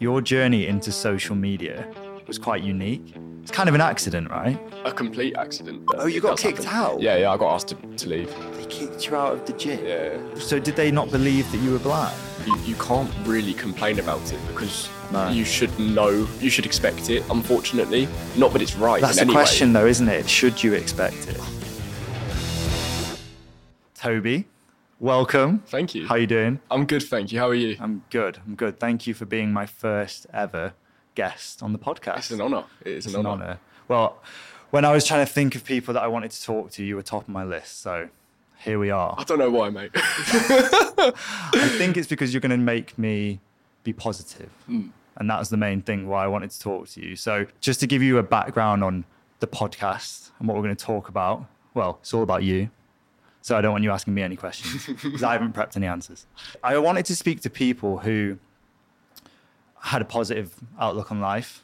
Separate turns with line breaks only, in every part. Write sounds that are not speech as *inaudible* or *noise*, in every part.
Your journey into social media was quite unique. It's kind of an accident, right?
A complete accident.
Oh, you
It
got
does
kicked out?
Yeah, yeah, I got asked to, to leave.
They kicked you out of the gym.
Yeah.
So did they not believe that you were black?
You, you can't really complain about it because
No.
you should know, you should expect it, unfortunately. Not that it's right.
That's
in
the
any
question,
Way.
though, isn't it? Should you expect it? Toby, welcome.
Thank you.
How you doing?
I'm good, thank you. How are you?
I'm good. I'm good. Thank you for being my first ever guest on the podcast.
It's an honour. It is
It's
an,
an
honour.
honor. Well, when I was trying to think of people that I wanted to talk to, you were top of my list. So here we are.
I don't know why, mate. *laughs*
I think it's because you're going to make me be positive. And that's the main thing why I wanted to talk to you. So, just to give you a background on the podcast and what we're going to talk about, well, it's all about you. So, I don't want you asking me any questions because I haven't prepped any answers. I wanted to speak to people who had a positive outlook on life,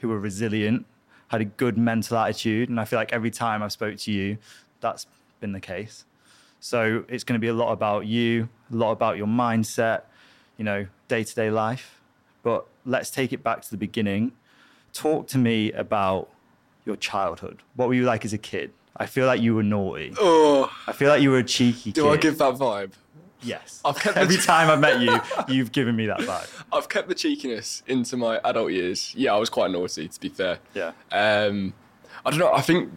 who were resilient, had a good mental attitude. And I feel like every time I've spoke to you, that's been the case. So it's going to be a lot about you, a lot about your mindset, you know, day to day life. But let's take it back to the beginning. Talk to me about your childhood. What were you like as a kid? I feel like you were naughty.
oh,
I feel like you were a cheeky
do
kid.
I give that vibe?
Yes.
I've kept
Every
the-
time I've met
*laughs*
you, you've given me that vibe.
I've kept the cheekiness into my adult years. Yeah, I was quite naughty, to be fair.
Yeah.
Um, I don't know. I think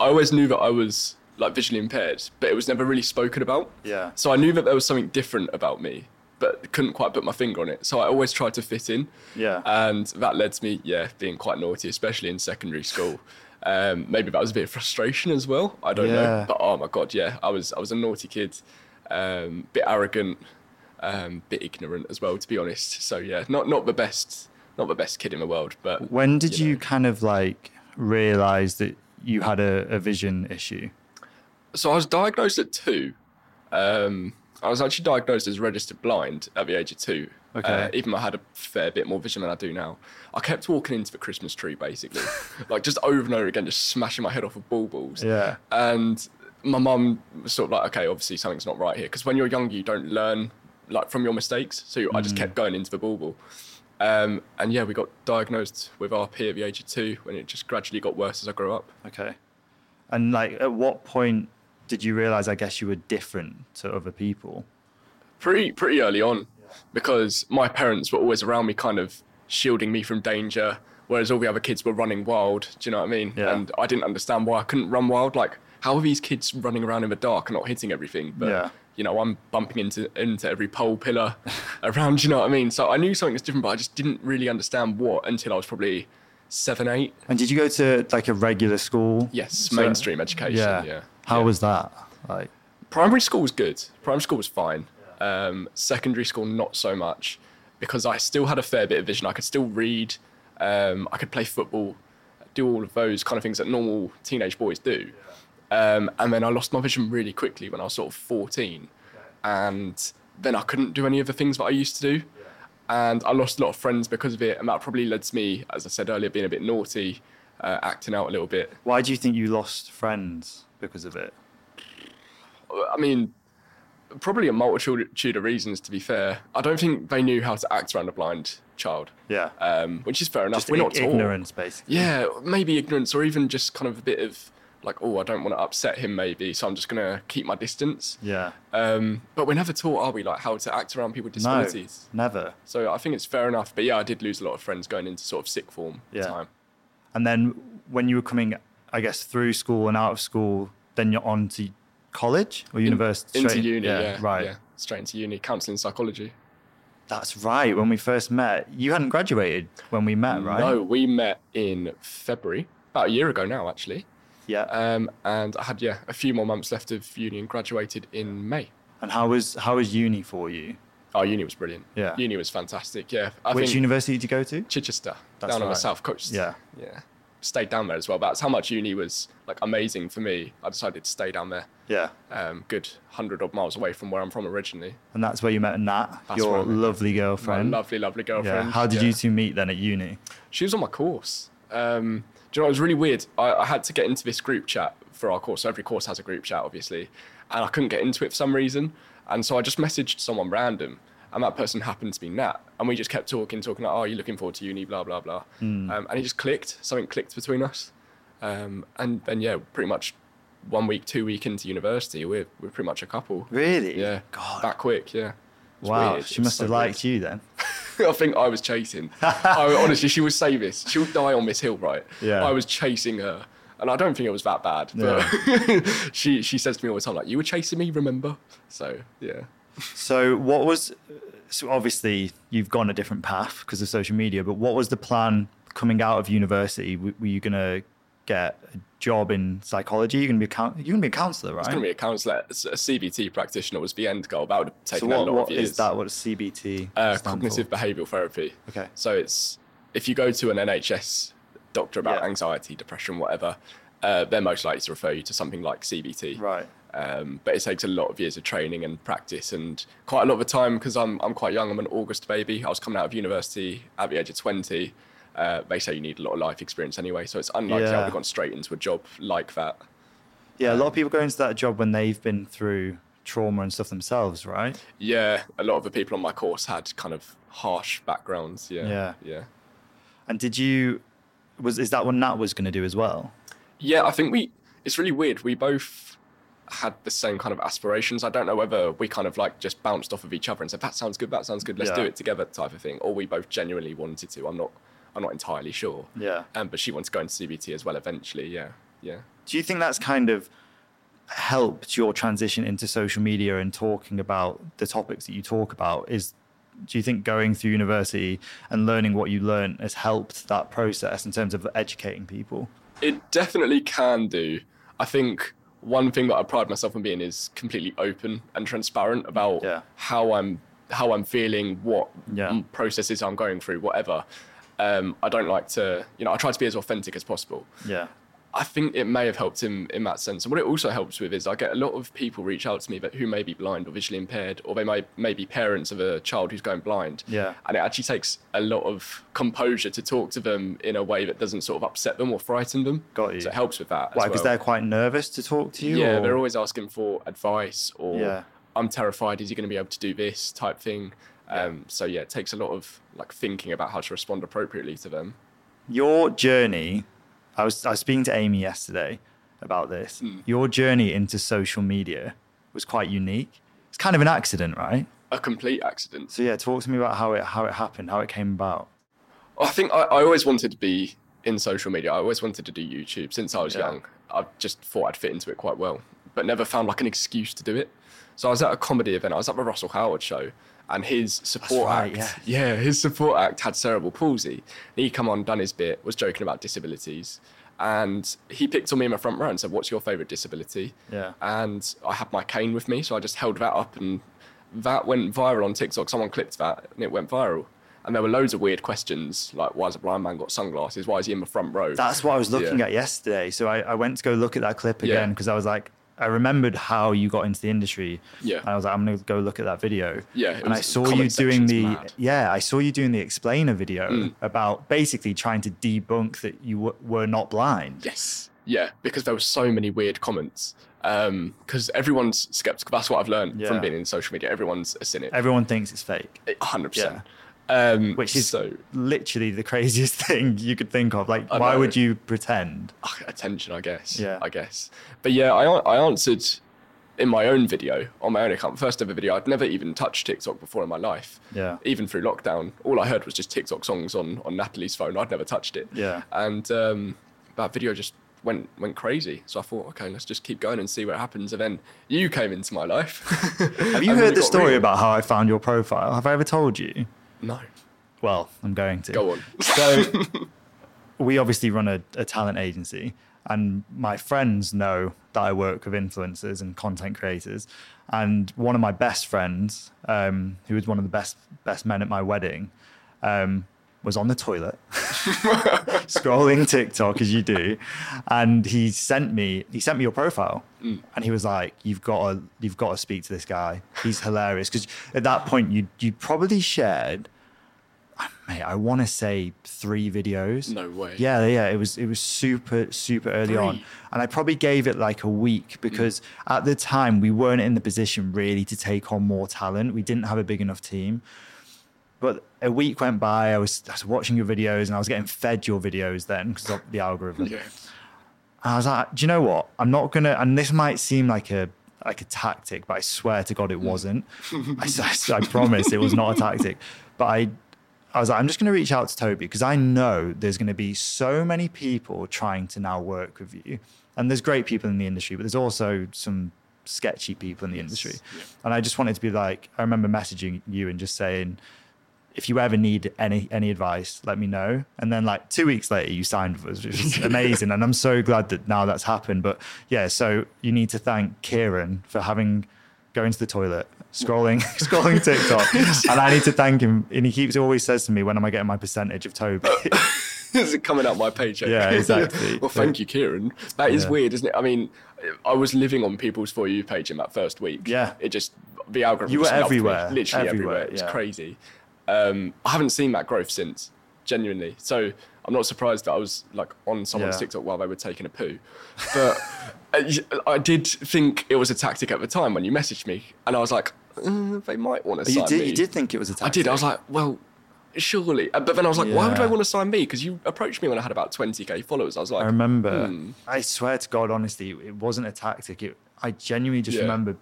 I always knew that I was like visually impaired, but it was never really spoken about.
Yeah.
So I knew that there was something different about me, but couldn't quite put my finger on it. So I always tried to fit in.
Yeah.
And that led to me, yeah, being quite naughty, especially in secondary school. Um, maybe that was a bit of frustration as well. I don't
Yeah.
know. But oh my god, yeah, I was I was a naughty kid, um, bit arrogant, um, bit ignorant as well, to be honest. So yeah, not not the best, not the best kid in the world. But
When did
you
you
know.
kind of like realize that you had a, a vision issue?
so I was diagnosed at two. Um, I was actually diagnosed as registered blind at the age of two.
Okay.
Uh, even though I had a fair bit more vision than I do now. I kept walking into the Christmas
*laughs*
tree basically, like just over and over again, just smashing my head off with ball balls.
Yeah.
And my mum was sort of like, okay, obviously something's not right here. Because when you're younger, you don't learn like from your mistakes. So I
Mm.
just kept going into the ball ball. Um, and yeah, we got diagnosed with RP at the age of two, and it just gradually got worse as I grew up.
Okay. And like, at what point did you realize? I guess you were different to other people.
pretty pretty early on because my parents were always around me kind of shielding me from danger whereas all the other kids were running wild do you know what i mean
Yeah.
and i didn't understand why i couldn't run wild like how are these kids running around in the dark and not hitting everything but
Yeah.
you know i'm bumping into into every pole pillar *laughs* around do you know what i mean so i knew something was different but i just didn't really understand what until i was probably seven eight
And did you go to like a regular school?
yes
So-
mainstream education yeah,
Yeah. How
Yeah.
was that? Like,
primary school was good. Primary school was fine. Um, secondary school, not so much, because I still had a fair bit of vision. I could still read. Um, I could play football, do all of those kind of things that normal teenage boys do. Um, and then I lost my vision really quickly when I was sort of 14. And then I couldn't do any of the things that I used to do. And I lost a lot of friends because of it. And that probably led to me, as I said earlier, being a bit naughty, uh, acting out a little bit.
why do you think you lost friends because of it?
I mean, probably a multitude of reasons. To be fair, I don't think they knew how to act around a blind child,
Yeah.
um, which is fair enough.
Just
We're
ig-
not taught.
ignorance, basically.
Yeah, maybe ignorance, or even just kind of a bit of like, oh, I don't want to upset him, maybe, so I'm just gonna keep my distance.
Yeah.
Um, but we're never taught, are we, like how to act around people with
No,
disabilities?
never.
So I think it's fair enough. But yeah, I did lose a lot of friends going into sort of sick form
Yeah.
time.
And then when you were coming, I guess through school and out of school, then you're on to college or university.
Into
straight-
uni, yeah, yeah
Right.
straight into uni, counselling psychology.
That's right. When we first met, you hadn't graduated when we met, right?
Mm, No, we met in February, about a year ago now, actually.
Yeah.
Um, and I had yeah a few more months left of uni and graduated in May.
and how was how was uni for you?
Oh, uni was brilliant.
Yeah.
uni was fantastic. Yeah, I
Which
think
university did you go to?
Chichester
That's
down on the
right.
south coast.
Yeah.
yeah. Stayed down there as well. That's how much uni was like amazing for me. I decided to stay down there.
Yeah.
Um, good hundred odd miles away from where I'm from originally.
And that's where you met Nat,
That's where I
your
met
lovely
My
girlfriend.
lovely, lovely girlfriend.
yeah. How did
Yeah.
you two meet then at uni?
She was on my course. Um, do you know, it was really weird. I, I had to get into this group chat for our course. So every course has a group chat, obviously. And I couldn't get into it for some reason. And so I just messaged someone random. and that person happened to be Nat, and we just kept talking, talking like, "Oh, you're looking forward to uni?" Blah blah blah,
Hmm.
um, and it just clicked. Something clicked between us, um, and then yeah, pretty much one week, two week into university, we're we're pretty much a couple.
Really?
Yeah,
God.
that quick. Yeah. It's
wow.
weird.
She
It's
must
so
have
weird.
liked you then.
*laughs* I think I was chasing. I, honestly, she would say this. She'll die on this hill, right?
Yeah.
I was chasing her. And I don't think it was that bad. But *laughs* she, she says to me all the time, like, you were chasing me, remember? So, yeah.
So what was so obviously you've gone a different path because of social media, but what was the plan coming out of university? W- Were you gonna get a job in psychology? You're gonna be a coun- you're gonna be a counselor, right?
I was going to be a counsellor. A CBT practitioner was the end goal. That would have
so
taken a
what,
lot
what
of years.
is that? What does CBT?
Uh,
stand for?
cognitive behavioural therapy.
Okay.
So it's if you go to an NHS doctor about
Yeah.
anxiety, depression, whatever, uh, they're most likely to refer you to something like CBT.
Right.
um, but it takes a lot of years of training and practice and quite a lot of the time because I'm, I'm quite young i'm an august baby i was coming out of university at the age of 20 uh, they say you need a lot of life experience anyway so it's unlikely i would
Yeah.
have gone straight into a job like that
Yeah, a lot of people go into that job when they've been through trauma and stuff themselves, right?
yeah a lot of the people on my course had kind of harsh backgrounds yeah
Yeah.
yeah
And did you was is that what Nat was gonna do as well?
Yeah, I think we. It's really weird. We both had the same kind of aspirations. I don't know whether we kind of like just bounced off of each other and said that sounds good, that sounds good, let's
Yeah.
do it together type of thing, or we both genuinely wanted to. I'm not. I'm not entirely sure.
Yeah.
Um, but she wanted to go into CBT as well eventually. Yeah. Yeah.
Do you think that's kind of helped your transition into social media and talking about the topics that you talk about? Is do you think going through university and learning what you learn has helped that process in terms of educating people?
It definitely can do. I think one thing that I pride myself on being is completely open and transparent about
Yeah.
how I'm how I'm feeling, what
Yeah.
m- processes I'm going through, whatever. Um, I don't like to, you know, I try to be as authentic as possible.
Yeah.
I think it may have helped him in that sense. And what it also helps with is I get a lot of people reach out to me that who may be blind or visually impaired, or they may, may be parents of a child who's going blind.
Yeah.
And it actually takes a lot of composure to talk to them in a way that doesn't sort of upset them or frighten them.
Got you.
So it helps with that. as
Why? Because
well.
they're quite nervous to talk to you.
Yeah,
or-
they're always asking for advice or
Yeah.
I'm terrified, is he gonna be able to do this type thing? Um, so yeah, it takes a lot of like thinking about how to respond appropriately to them.
your journey I was I was speaking to Amy yesterday about this.
Hmm.
Your journey into social media was quite unique. It's kind of an accident, right?
A complete accident.
So yeah, talk to me about how it how it happened, how it came about.
I think I, I always wanted to be in social media. I always wanted to do YouTube since I was
Yeah.
young. I just thought I'd fit into it quite well, but never found like an excuse to do it. So I was at a comedy event. I was at the Russell Howard show, and his support
right,
act, *laughs* yeah. his support act had cerebral palsy. And he come on, done his bit, was joking about disabilities, and he picked on me in my front row and said, "What's your favourite disability?"
Yeah.
and I had my cane with me, so I just held that up, and that went viral on TikTok. Someone clipped that, and it went viral. And there were loads of weird questions, like why has a blind man got sunglasses? Why is he in the front row?
That's what I was looking
Yeah.
at yesterday. So I, I went to go look at that clip
Yeah.
again because I was like, I remembered how you got into the industry.
Yeah.
And I was like, I'm gonna go look at that video.
Yeah, it
And I
was-
saw you
comment
doing
section's
the
mad. Hmm.
yeah, I saw you doing the explainer video about basically trying to debunk that you w- were not blind.
yes, yeah, because there were so many weird comments. Because everyone's skeptical. That's what I've learned
Yeah.
from being in social media. Everyone's a cynic,
Everyone thinks it's fake,
hundred percent. Um,
which is
so
literally the craziest *laughs* thing you could think of. Like,
I
why
know.
would you pretend?
ugh, attention, I guess.
Yeah.
I guess. But yeah, I an- I answered in my own video on my own account, first ever video. I'd never even touched TikTok before in my life.
Yeah.
Even through lockdown, all I heard was just TikTok songs on on Natalie's phone. I'd never touched it.
Yeah.
And um, that video just went went crazy. So I thought, okay, let's just keep going and see what happens. And then you came into my life.
*laughs* Have you heard the story about how I found your profile? Have I ever told you?
No.
Well, I'm going to. *laughs*
Go on. *laughs*
So we obviously run a, a talent agency, and my friends know that I work with influencers and content creators. And one of my best friends, um, who was one of the best best men at my wedding, um, was on the toilet scrolling TikTok as you do, and he sent me he sent me your profile,
Mm.
and he was like, "You've got to you've got to speak to this guy. He's hilarious." Because at that point, you you probably shared mate, I want to say three videos.
No way.
Yeah, yeah, it was it was super super early on,
Three. Mm.
and I probably gave it like a week because at the time we weren't in the position really to take on more talent. We didn't have a big enough team. But a week went by. I was, I was watching your videos and I was getting fed your videos then because of the algorithm.
Yeah.
And I was like, do you know what? I'm not gonna. And this might seem like a like a tactic, but I swear to God, it wasn't. I, s- I promise, it was not a tactic. But I, I was like, I'm just gonna reach out to Toby because I know there's gonna be so many people trying to now work with you, and there's great people in the industry, but there's also some sketchy people in the industry. And I just wanted to be like, I remember messaging you and just saying. If you ever need any any advice, let me know. And then like two weeks later, you signed with us, which
*laughs*
is amazing. and I'm so glad that now that's happened. But yeah, so you need to thank Kieran for having going to the toilet, scrolling, *laughs* scrolling
*laughs*
TikTok. and I need to thank him. And he keeps always says to me, when am I getting my percentage of Toby?
Is it coming out my paycheck? *laughs*
Yeah, exactly.
well, thank you, Kieran. That is
Yeah.
weird, isn't it? I mean, I was living on people's for you page in that first week.
Yeah.
It just the algorithm.
You
just
were
loved me,
everywhere,
literally everywhere.
everywhere,
It's
yeah.
crazy. Um, I haven't seen that growth since, genuinely. So I'm not surprised that I was like on someone's
Yeah.
TikTok while they were taking a poo, but. *laughs* I- I did think it was a tactic at the time when you messaged me, and I was like, "Uh, they might want to
you
sign
did
me.
you did think it was a tactic.
I did. I was like, well, surely. Uh, But then I was like, why would I
Yeah.
want to sign me? Because you approached me when I had about 20k followers. I was like, hmm.
I remember. I swear to God, honestly, it wasn't a tactic. It, I genuinely just
Yeah.
remember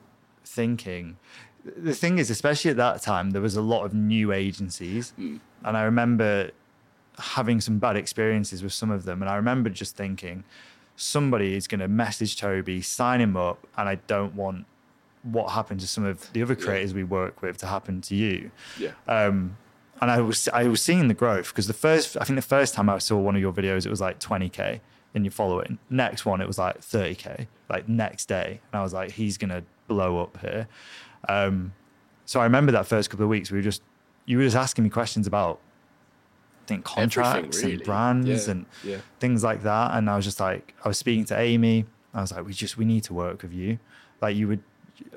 thinking. The thing is, especially at that time, there was a lot of new agencies,
Hmm.
and I remember having some bad experiences with some of them. And I remember just thinking, somebody is going to message Toby, sign him up, and I don't want what happened to some of the other creators we work with to happen to you
yeah,
um, and I was I was seeing the growth because the first I think the first time I saw one of your videos it was like 20k in your following. Next one it was like 30k. Like next day, and I was like, he's gonna blow up here. Um, so I remember that first couple of weeks we were just you were just asking me questions about I think
Everything,
contracts
really.
and brands
Yeah,
and
yeah.
things like that. And I was just like I was speaking to Amy. I was like, we just we need to work with you. Like you would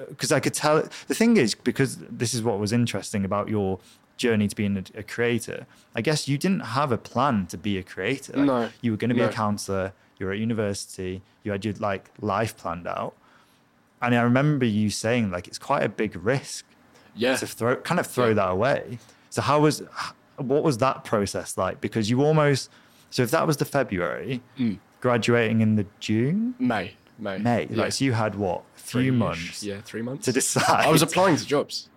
because I could tell. The thing is, because this is what was interesting about your journey to being a, a creator. I guess you didn't have a plan to be a creator. Like,
No.
you were going to be a
No.
counselor. You were at university. You had your like life planned out. And I remember you saying like it's quite a big risk
yeah.
to throw kind of throw
Yeah.
that away. So how was what was that process like? Because you almost so if that was the February,
Mm.
graduating in the June,
May, May,
May,
yeah.
like so you had what a few
Three-ish,
months
Yeah, three months.
to decide.
I was *laughs* applying to jobs.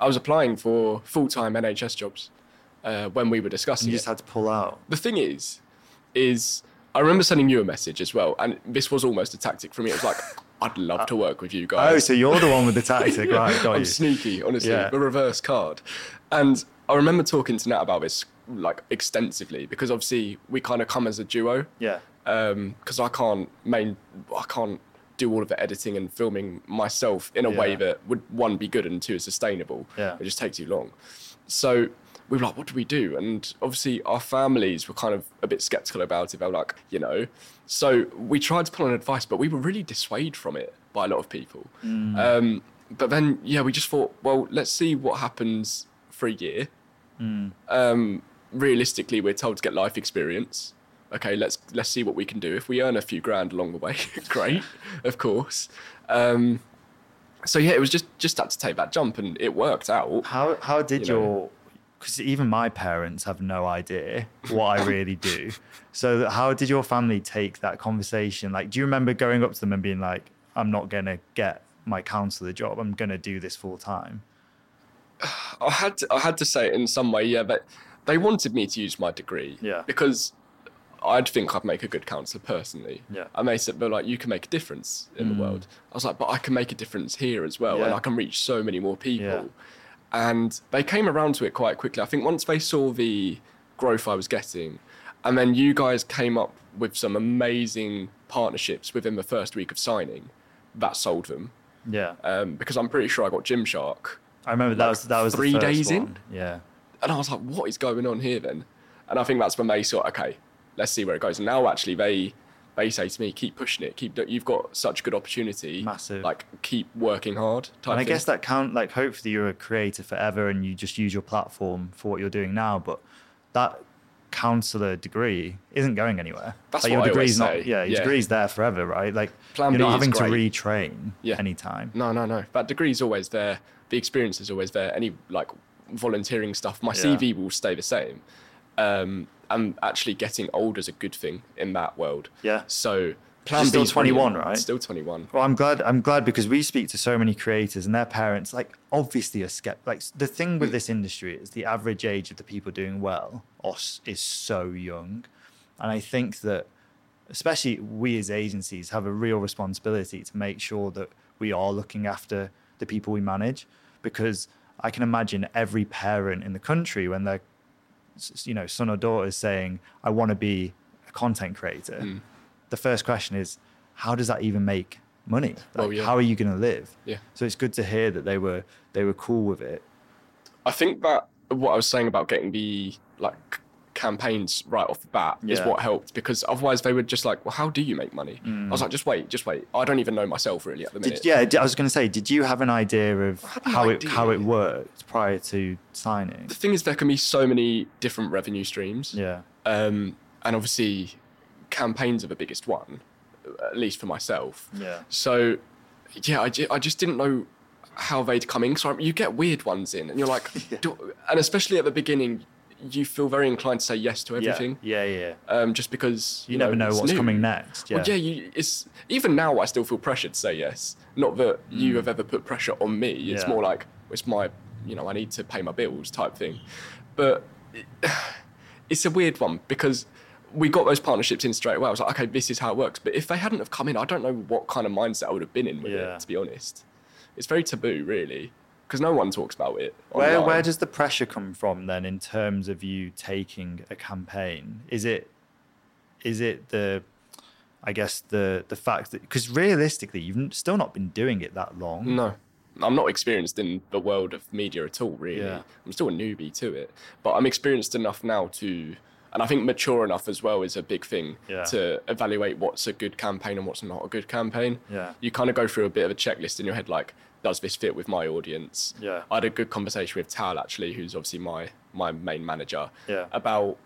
I was applying for full-time NHS jobs uh, when we were discussing
you
it.
just had to pull out.
the thing is, is I remember sending you a message as well, and this was almost a tactic for me. It was like, I'd love to work with you guys.
Uh, Oh, so you're the one with the
*laughs*
tactic, right? Got
I'm
you.
sneaky, honestly.
Yeah.
The reverse card. And I remember talking to Nat about this like extensively because obviously we kind of come as a duo.
yeah,
Because um, I can't main, I can't do all of the editing and filming myself in a way
Yeah.
that would one be good and two is sustainable.
Yeah.
It just takes too long. So we were like, what do we do? And obviously our families were kind of a bit skeptical about it. They were like, you know. So we tried to pull on advice, but we were really dissuaded from it by a lot of people.
Mm.
Um, but then yeah, we just thought, well, let's see what happens for a year um, realistically, we're told to get life experience. Okay, let's let's see what we can do. If we earn a few grand along the way, *laughs* great, of course. Um, so yeah, it was just just had to take that jump, and it worked out.
How how did
You know.
your because even my parents have no idea what I really
*laughs*
do. So that- how did your family take that conversation? Like, do you remember going up to them and being like, "I'm not gonna get my counselor job. I'm gonna do this full time."
I had to, I had to say it in some way, yeah, but they wanted me to use my degree,
Yeah.
because I'd think I'd make a good counselor personally.
Yeah. Hmm.
and they said, "But like, you can make a difference in the world." I was like, "But I can make a difference here as well, and
Yeah.
I can reach so many more people."
Yeah.
And they came around to it quite quickly. I think once they saw the growth I was getting, and then you guys came up with some amazing partnerships within the first week of signing, that sold them.
Yeah,
Um, because I'm pretty sure I got Gymshark
I remember that was that was the
three
first
days in?
one. Yeah,
and I was like, what is going on here then? And I think that's when they sort of, okay, let's see where it goes. And now actually they they say to me, keep pushing it, keep. do- You've got such good opportunity.
Massive.
Like keep working hard.
and
Type
I
thing.
guess that count like hopefully you're a creator forever and you just use your platform for what you're doing now, but that counselor degree isn't going anywhere.
That's
like, your
what I
degree's
always
not
say,
yeah, your
yeah.
degree's there forever, right? Like
Plan
you're not
B
having
is
to
great.
retrain
Yeah.
anytime.
No, no, no. That degree's always there. The experience is always there. Any like volunteering stuff, my
Yeah.
CV will stay the same. Um, and actually, getting older is a good thing in that world.
Yeah.
So plan
still
B's
21,
brilliant.
right?
Still twenty one.
Well, I'm glad. I'm glad because we speak to so many creators and their parents. Like, obviously, are skeptical. Like, the thing
Mm.
with this industry is the average age of the people doing well os- is so young, and I think that, especially we as agencies, have a real responsibility to make sure that we are looking after the people we manage, because I can imagine every parent in the country when their, s- s- you know, son or daughter is saying, "I want to be a content creator."
Hmm.
the first question is how does that even make money like,
Well, Oh, yeah.
how are you going to live
Yeah.
so it's good to hear that they were they were cool with it
I think that what I was saying about getting the like c- campaigns right off the bat is
Yeah.
what helped because otherwise they were just like, well, how do you make money? I was like, just wait, just wait. I don't even know myself really at the minute.
Mm. did, yeah i was going to say did you have an idea of
no
how it
idea.
how it worked prior to signing
The thing is, there can be so many different revenue streams.
yeah
um, and obviously campaigns are the biggest one, at least for myself.
Yeah.
So, yeah, I, ju- I just didn't know how they'd come in. So I- you get weird ones in, and you're
*laughs*
like, do, and especially at the beginning, you feel very inclined to say yes to
yeah
everything,
yeah yeah
um, just because
you, never know
it's
what's
new.
coming next yeah
Well, yeah, you, it's even now I still feel pressured to say yes. Not that you have ever put pressure on me. It's
Mm. Yeah.
more like it's my, you know, I need to pay my bills type thing. But it, *sighs* it's a weird one because we got those partnerships in straight away. I was like, okay, this is how it works. But if they hadn't have come in, I don't know what kind of mindset I would have been in with
Yeah.
it. To be honest, it's very taboo, really, because no one talks about it.
where
online.
where does the pressure come from then in terms of you taking a campaign is it is it the i guess the the fact that because realistically you've n- still not been doing it that long
No, I'm not experienced in the world of media at all, really.
Yeah.
I'm still a newbie to it, but I'm experienced enough now to, and I think mature enough as well is a big thing
Yeah.
to evaluate what's a good campaign and what's not a good campaign.
Yeah.
You kind of go through a bit of a checklist in your head, like, does this fit with my audience?
Yeah.
I had a good conversation with Tal actually, who's obviously my my main manager,
Yeah.
about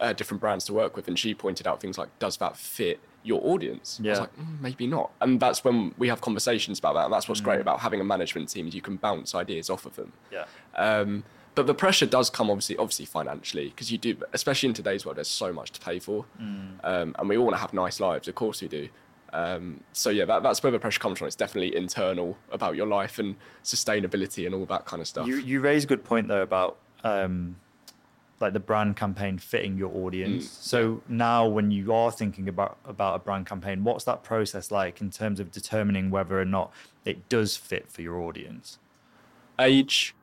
uh, different brands to work with, and she pointed out things like, does that fit your audience? I was
Yeah.
like, "Mm, maybe not. Mm. And that's when we have conversations about that. And that's what's great about having a management team is you can bounce ideas off of them.
yeah
Um, but the pressure does come obviously, obviously financially, because you do, especially in today's world, there's so much to pay for, um, and we all want to have nice lives. Of course we do. Um, so yeah, that, that's where the pressure comes from. It's definitely internal about your life and sustainability and all that kind of stuff.
You you raise a good point though about um, like the brand campaign fitting your audience. So now, when you are thinking about about a brand campaign, what's that process like in terms of determining whether or not it does fit for your audience?
Age.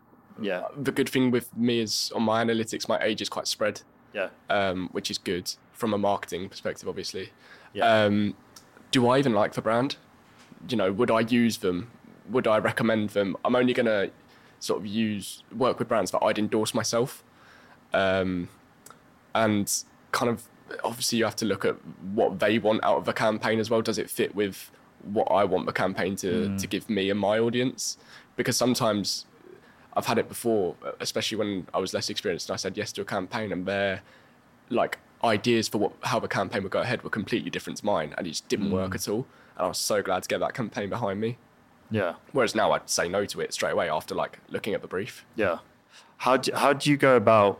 Yeah,
The good thing with me is on my analytics, my age is quite spread.
yeah,
um, which is good from a marketing perspective, obviously.
Yeah.
Um, do I even like the brand? You know, would I use them? Would I recommend them? I'm only going to sort of use work with brands that I'd endorse myself. Um, and kind of obviously, you have to look at what they want out of a campaign as well. Does it fit with what I want the campaign to, to give me and my audience? Because sometimes I've had it before, especially when I was less experienced and I said yes to a campaign and their like ideas for what how the campaign would go ahead were completely different to mine and it just didn't
Mm.
work at all. And I was so glad to get that campaign behind me.
yeah,
Whereas now I'd say no to it straight away after like looking at the brief.
yeah. How do, how do you go about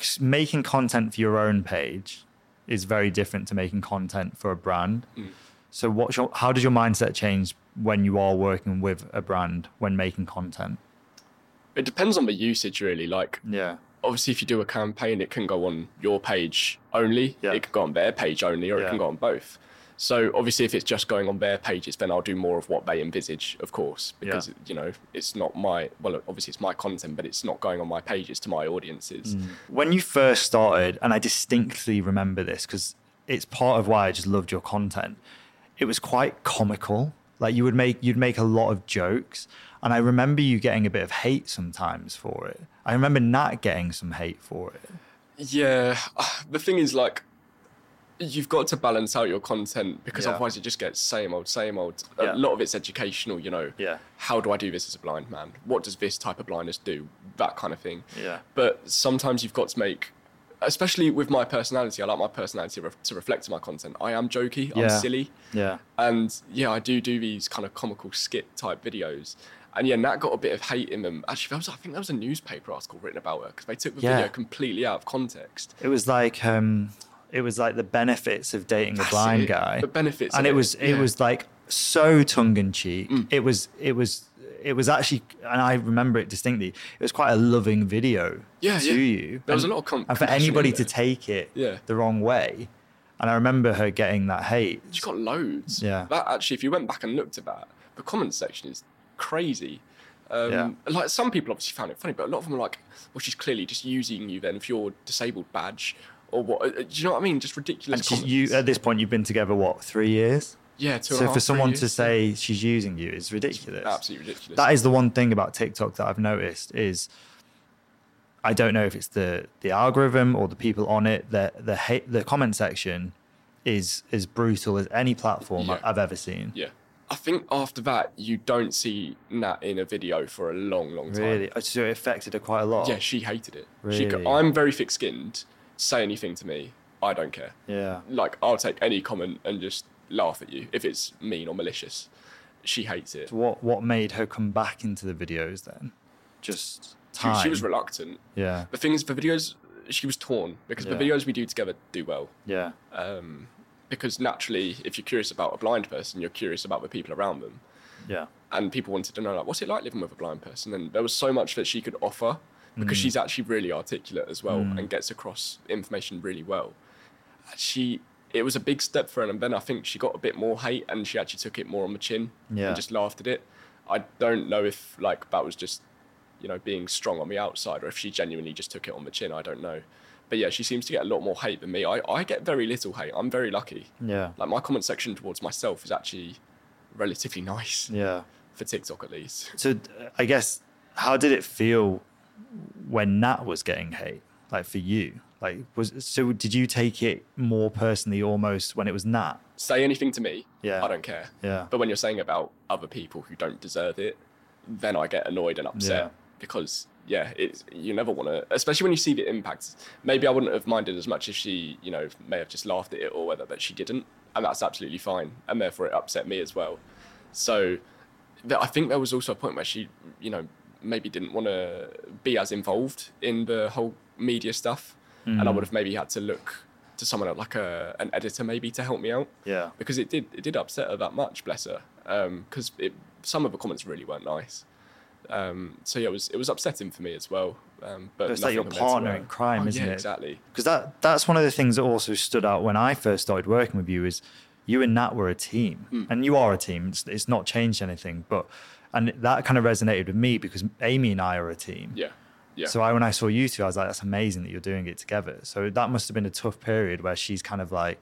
s- making content for your own page? Is very different to making content for a brand. So, what's your, how does your mindset change when you are working with a brand when making content?
It depends on the usage really. Like
Yeah.
obviously if you do a campaign it can go on your page only
Yeah.
it can go on their page only or
Yeah.
it can go on both so obviously if it's just going on their pages then i'll do more of what they envisage of course because
Yeah.
you know it's not my well obviously it's my content but it's not going on my pages to my audiences
When you first started, and I distinctly remember this because it's part of why I just loved your content. It was quite comical. Like you would make you'd make a lot of jokes, and I remember you getting a bit of hate sometimes for it. I
*sighs*
remember Nat getting some hate for it.
yeah the thing is like you've got to balance out your content because
Yeah.
otherwise it just gets same old, same old.
Yeah.
A lot of it's educational, you know.
Yeah.
How do I do this as a blind man? What does this type of blindness do? That kind of thing.
Yeah.
But sometimes you've got to make, especially with my personality, I like my personality ref- to reflect in my content. I am jokey,
Yeah.
I'm silly.
Yeah.
And yeah, I do do these kind of comical skit type videos. And yeah, and that got a bit of hate in them. Actually, that was, I think that was a newspaper article written about it because they took the
Yeah.
video completely out of context.
It was like um, it was like the benefits of dating a
That's
blind
it,
guy.
the benefits
and
of
it
it,
was it
yeah. Mm.
was like so tongue in cheek. It was it was it was actually, and I remember it distinctly. It was quite a loving video
Yeah,
to
yeah.
you.
There was
And-
a lot of com-
and for
compassion in
anybody to
there.
take it
Yeah.
the wrong way. And I remember her getting that hate.
She got loads.
Yeah.
That actually, if you went back and looked at that, the comment section is crazy. Um,
Yeah.
Like some people obviously found it funny, but a lot of them are like, "Well, she's clearly just using you then for your disabled badge or what?" uh, uh, Do you know what I mean? Just ridiculous.
And she's,
comments.
you at this point, you've been together what three years?
yeah. Two and a
so
half,
for
three
someone
years.
to say she's using you is ridiculous.
absolutely ridiculous.
That is the one thing about TikTok that I've noticed is I don't know if it's the the algorithm or the people on it that the hate the comment section is as brutal as any platform
Yeah.
I've ever seen.
yeah. I think after that, you don't see Nat in a video for a long, long time.
Really, Oh, so it affected her quite a lot.
Yeah, she hated it. She go-
Really?
I'm very thick-skinned. Say anything to me, I don't care.
yeah,
Like I'll take any comment and just laugh at you if it's mean or malicious. She hates it.
What what made her come back into the videos then? Just
She,
time.
she was reluctant.
yeah,
The thing is, the videos she was torn because the
Yeah.
videos we do together do well.
yeah,
Um, because naturally, if you're curious about a blind person, you're curious about the people around them.
yeah,
and people wanted to know like what's it like living with a blind person and there was so much that she could offer because she's actually really articulate as well and gets across information really well she it was a big step for her and then i think she got a bit more hate and she actually took it more on the chin
Yeah.
and just laughed at it i don't know if like that was just you know being strong on the outside or if she genuinely just took it on the chin i don't know but yeah she seems to get a lot more hate than me i, I get very little hate i'm very lucky
yeah,
like my comment section towards myself is actually relatively *laughs* nice
yeah.
for TikTok at least.
So uh, I guess how did it feel when Nat was getting hate? Like for you, like was so? Did you take it more personally, almost when it was Nat?
Say anything to me,
Yeah.
I don't care.
Yeah.
But when you're saying about other people who don't deserve it, then I get annoyed and upset
Yeah.
because yeah, it's you never want to, especially when you see the impacts. Maybe I wouldn't have minded as much if she, you know, may have just laughed at it or whether, but she didn't, and that's absolutely fine, and therefore it upset me as well. So th- I think there was also a point where she, you know, maybe didn't want to be as involved in the whole media stuff, and I
Mm.
would have maybe had to look to someone like a an editor maybe to help me out
Yeah.
because it did it did upset her that much, bless her, because it some of the comments really weren't nice. Um, so yeah, it was it was upsetting for me as well. Um, but
It's like your
nothing compared to
partner
her.
in crime,
Oh,
isn't
yeah,
it?
Exactly.
Because that that's one of the things that also stood out when I first started working with you is you and Nat were a team,
Hmm.
and you are a team. It's, it's not changed anything, but and that kind of resonated with me because Amy and I are a team.
Yeah, yeah.
So I, when I saw you two, I was like, that's amazing that you're doing it together. So that must have been a tough period where she's kind of like,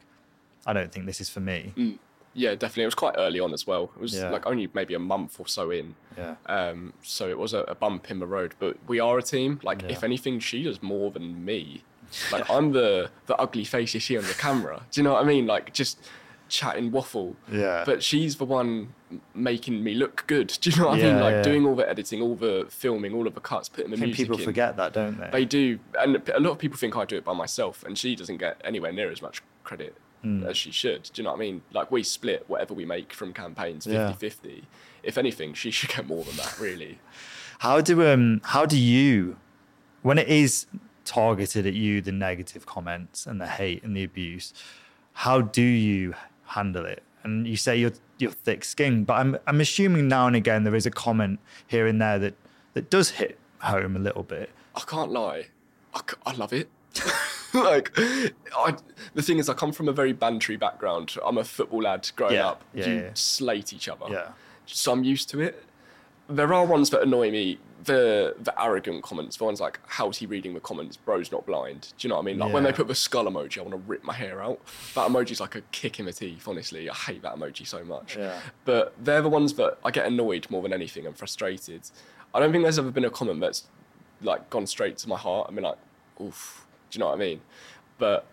I don't think this is for me.
Hmm. yeah, definitely. It was quite early on as well. It was
Yeah.
like only maybe a month or so in.
Yeah.
Um, so it was a, a bump in the road, but we are a team. Like,
Yeah.
if anything, she does more
*laughs*
than me. Like, I'm the the ugly face you see on the camera. Do you know what I mean? Like, just chatting waffle.
Yeah.
But she's the one m- making me look good. *laughs* Do you know what I
Yeah,
mean? Like
yeah.
doing all the editing, all the filming, all of the cuts, putting the
I think
music
people
in.
forget that, don't they?
They do, and a lot of people think I do it by myself, and she doesn't get anywhere near as much credit as she should. Do you know what I mean? Like, we split whatever we make from campaigns 50
Yeah.
50. If anything, she should get more than that, really.
How do um how do you when it is targeted at you the negative comments and the hate and the abuse, how do you handle it? And you say you're you're thick skinned, but I'm I'm assuming now and again there is a comment here and there that that does hit home a little bit.
I can't lie, I, c- I love it. *laughs* like, I, the thing is, I come from a very bantry background. I'm a football lad growing
Yeah,
up.
yeah,
you
yeah.
slate each other.
Yeah.
So I'm used to it. There are ones that annoy me. The the arrogant comments, the ones like, how's he reading the comments? Bro's not blind. Do you know what I mean? Like when
Yeah.
they put the skull emoji, I want to rip my hair out. That emoji's like a kick in the teeth, honestly. I hate that emoji so much.
Yeah.
But they're the ones that I get annoyed more than anything and frustrated. I don't think there's ever been a comment that's like gone straight to my heart and been like, oof. Do you know what I mean? but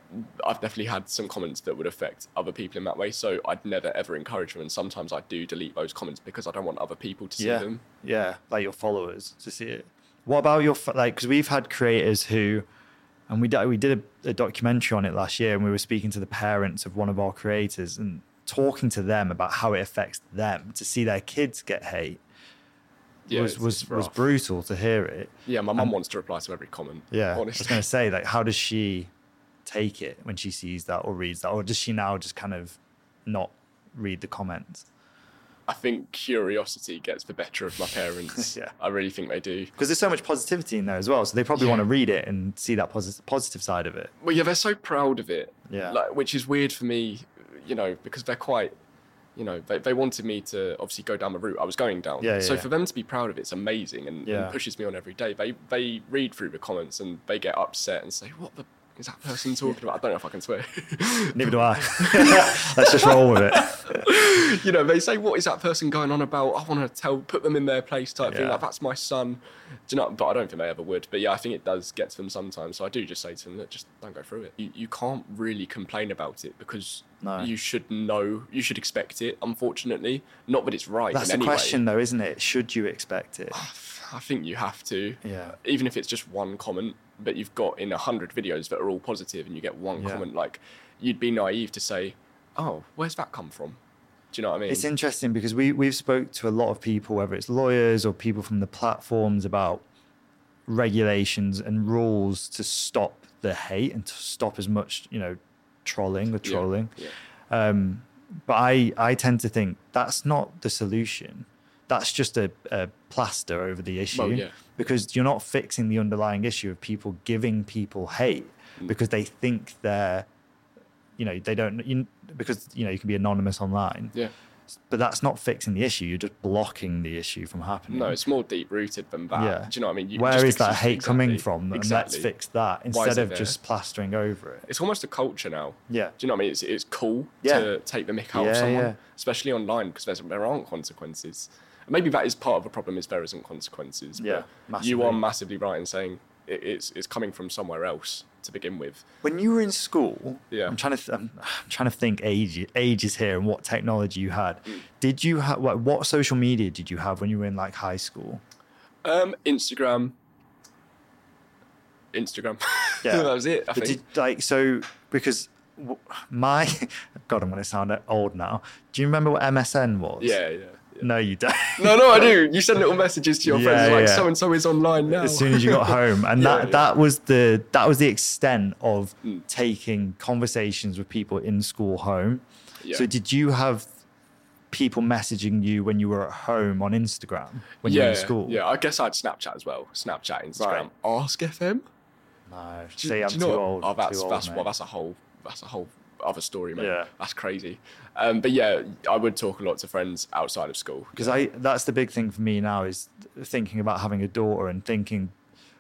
I've definitely had some comments that would affect other people in that way. So I'd never ever encourage them, and sometimes I do delete those comments because I don't want other people to see
yeah,
them.
yeah, like your followers to see it. What about your f- like? Because we've had creators who, and we di- we did a, a documentary on it last year, and we were speaking to the parents of one of our creators and talking to them about how it affects them to see their kids get hate
Yeah,
was
it's-
was
it's
was
rough.
brutal to hear it.
Yeah, my mum wants to reply to every comment.
Yeah, I was
honestly. *laughs*
going to say like, how does she take it when she sees that or reads that, or does she now just kind of not read the comments?
I think curiosity gets the better of my
*laughs*
parents.
Yeah.
I really think they do.
Because there's so much positivity in there as well, so they probably
Yeah.
want to read it and see that positive positive side of it.
Well, yeah, they're so proud of it.
Yeah.
Like, which is weird for me, you know, because they're quite, you know, they, they wanted me to obviously go down the route I was going down.
Yeah, yeah,
so
yeah.
for them to be proud of it's amazing and, and
Yeah.
pushes me on every day. They they read through the comments and they get upset and say, "What the is that person talking about?" I don't know if I can swear. *laughs*
Neither do I. *laughs* Let's just roll with it.
you know, they say, "What is that person going on about?" I want to tell, put them in their place type thing.
Yeah.
Like that's my son. Do you know? But I don't think they ever would. But yeah, I think it does get to them sometimes. So I do just say to them, "Look, just don't go through it. You, you can't really complain about it because
No.
you should know, you should expect it. Unfortunately, not that it's right.
That's
in
the
any way.
question, though, isn't it? Should you expect it?
*sighs* I think you have to.
Yeah.
Even if it's just one comment that you've got in a hundred videos that are all positive, and you get one
Yeah.
comment, like you'd be naive to say, "Oh, where's that come from?" Do you know what I mean?
It's interesting because we we've spoke to a lot of people, whether it's lawyers or people from the platforms, about regulations and rules to stop the hate and to stop as much, you know, trolling or
Yeah,
trolling.
yeah.
Um, but I, I tend to think that's not the solution. That's just a, a plaster over the issue
Well, yeah.
because you're not fixing the underlying issue of people giving people hate
Mm.
because they think they're, you know, they don't, you, because, you know, you can be anonymous online.
yeah.
But that's not fixing the issue. You're just blocking the issue from happening.
No, it's more deep rooted than that.
Yeah.
Do you know what I mean? You
Where
just
is that
exist-
hate coming
exactly,
from? And let's
exactly.
fix that
is
instead
it
of
there?
just plastering over it.
It's almost a culture now.
Yeah.
Do you know what I mean? It's, it's cool
Yeah.
to take the mick out
Yeah,
of someone,
yeah.
especially online, because there aren't consequences. And Maybe that is part of the problem is there isn't consequences. but
Yeah,
you
massively.
are massively right in saying it, it's, it's coming from somewhere else to begin with.
When you were in school,
Yeah.
I'm trying to th- I'm, I'm trying to think age, ages here and what technology you had.
Mm.
Did you have what, what social media did you have when you were in like high school?
Um, Instagram. Instagram.
Yeah.
*laughs* that was it. I
But
think.
did, like so because w- my *laughs* God, I'm going to sound old now. Do you remember what MSN was?
yeah, yeah. yeah.
No, you don't.
No, no, I do. You send little messages to your
Yeah,
friends like
yeah.
so and so is online now.
as soon as you got home and
Oh. Yeah,
that
yeah.
that was the that was the extent of
Hmm.
taking conversations with people in school home
Yeah.
so did you have people messaging you when you were at home on instagram when you were in school
Yeah, I guess I had Snapchat as well. Snapchat, Instagram,
Right.
Ask FM.
no
Do-
see i'm
do you
too
know what-
old
Oh, that's
too old,
that's well,
mate.
that's a whole that's a whole other story, mate.
Yeah.
that's crazy. Um, but yeah, I would talk a lot to friends outside of school.
because I that's the big thing for me now is thinking about having a daughter and thinking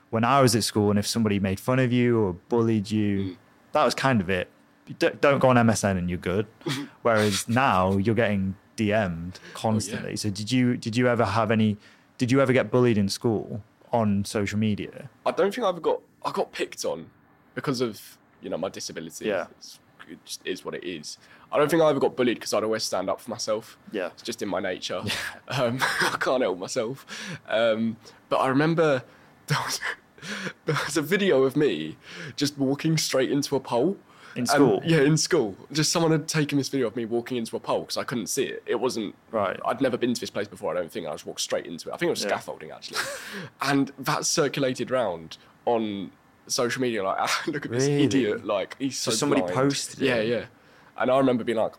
when I was at school and if somebody made fun of you or bullied you,
Mm.
that was kind of it. You don't- Don't go on MSN and you're
*laughs*
good. Whereas now you're getting DM'd constantly.
Oh,
So did you did you ever have any? Did you ever get bullied in school on social media?
I don't think I ever got I got picked on because of you know my disability.
Yeah.
It's, it just is what it is. I don't think I ever got bullied because I'd always stand up for myself.
Yeah.
it's just in my nature. *laughs* Um, I can't help myself. Um, but I remember *laughs* there was, there was a video of me just walking straight into a pole.
In
And-
school?
yeah, in school. Just someone had taken this video of me walking into a pole because I couldn't see it. It wasn't
Right.
I'd never been to this place before. I don't think I just walked straight into it. I think it was
Yeah.
scaffolding actually, *laughs* and that circulated round on social media. Like, *laughs* "Ah, look at
Really?
this idiot! Like, he's so.
somebody
blind."
posted it?
Yeah, yeah. And I remember being like,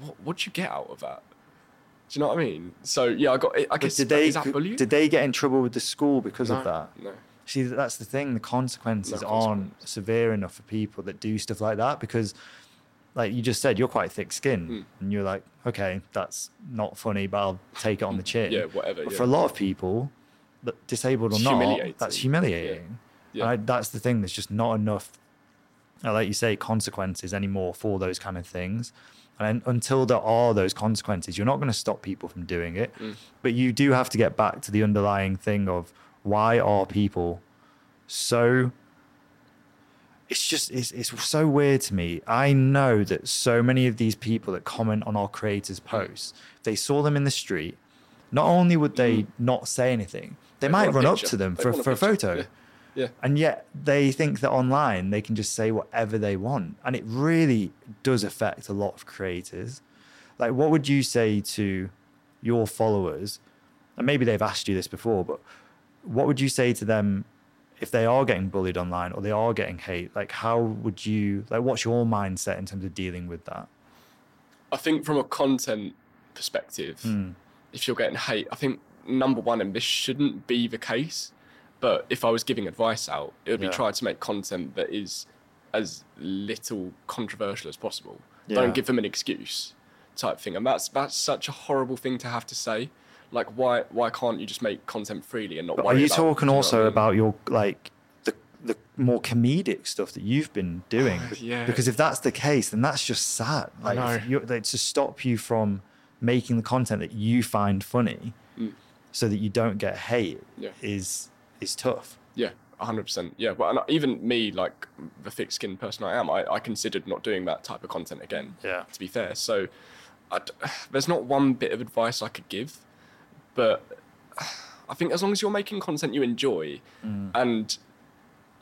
"What? What'd you get out of that?" Do you know what I mean? So yeah, I got. I guess
Did they
is that bullying?
did they get in trouble with the school because of that?
No.
See, th- that's the thing. The consequences
No
aren't severe enough for people that do stuff like that because, like you just said, you're quite thick skinned
Hmm.
and you're like, okay, that's not funny, but I'll take it
*laughs*
on the chin.
Yeah, whatever,
But
yeah.
for a lot of people, th- disabled or
It's humiliating.
not, that's humiliating. And
Yeah.
I, that's the thing. There's just not enough, uh, like you say, consequences anymore for those kind of things. And until there are those consequences, you're not going to stop people from doing it.
Mm.
But you do have to get back to the underlying thing of why are people so it's just it's, it's so weird to me i know that so many of these people that comment on our creators posts if they saw them in the street not only would they not say anything they,
Mm. They
might
want a
run up
picture.
to them
They
for,
want a
for a
picture.
photo
Yeah. Yeah.
and yet they think that online they can just say whatever they want and it really does affect a lot of creators like what would you say to your followers and maybe they've asked you this before but what would you say to them if they are getting bullied online or they are getting hate like how would you like what's your mindset in terms of dealing with that
I think from a content perspective,
Hmm.
if you're getting hate, I think number one, and this shouldn't be the case, but if I was giving advice out, it would
Yeah.
be try to make content that is as little controversial as possible.
Yeah.
Don't give them an excuse type thing. And that's that's such a horrible thing to have to say. Like why why can't you just make content freely and not
but are
worry
you
about-
talking
do you know what I
also
mean?
about your like the the more comedic stuff that you've
*sighs*
been doing
yeah.
because if that's the case then that's just sad like if
know.
you're, like, to stop you from making the content that you find funny so that you don't get hate
Mm. Yeah.
is is tough
Yeah, hundred percent. Yeah, well, and even me, like the thick-skinned person I am, I, I considered not doing that type of content again.
Yeah.
To be fair, so I d there's not one bit of advice I could give, but I think as long as you're making content you enjoy,
Mm.
and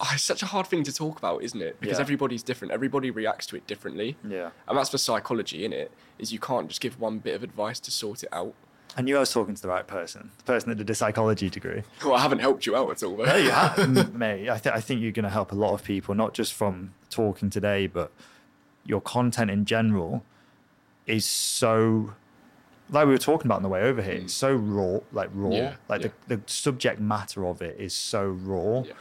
oh, it's such a hard thing to talk about, isn't it? Because
Yeah.
everybody's different. Everybody reacts to it differently.
Yeah.
And that's the psychology in it. Is you can't just give one bit of advice to sort it out.
i knew i was talking to the right person the person that did a psychology degree
Well, I haven't helped you out at all. Though. *laughs*
you *laughs* have, m- Mm, mate. I, th- I think you're going to help a lot of people, not just from talking today, but your content in general is so, like we were talking about on the way over here, it's so raw, like raw,
Mm. Yeah,
like The, the subject matter of it is so raw,
Yeah.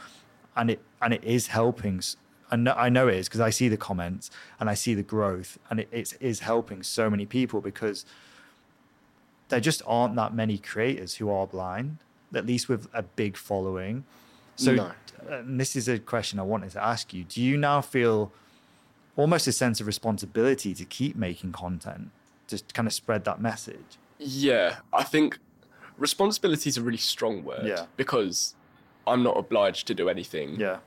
and it and it is helping. s- I know, I know it is because I see the comments and I see the growth, and it, it is helping so many people because there just aren't that many creators who are blind, at least with a big following. So,
No.
and this is a question I wanted to ask you. Do you now feel almost a sense of responsibility to keep making content, just kind of spread that message?
Yeah, I think responsibility is a really strong word
Yeah.
because I'm not obliged to do anything.
Yeah.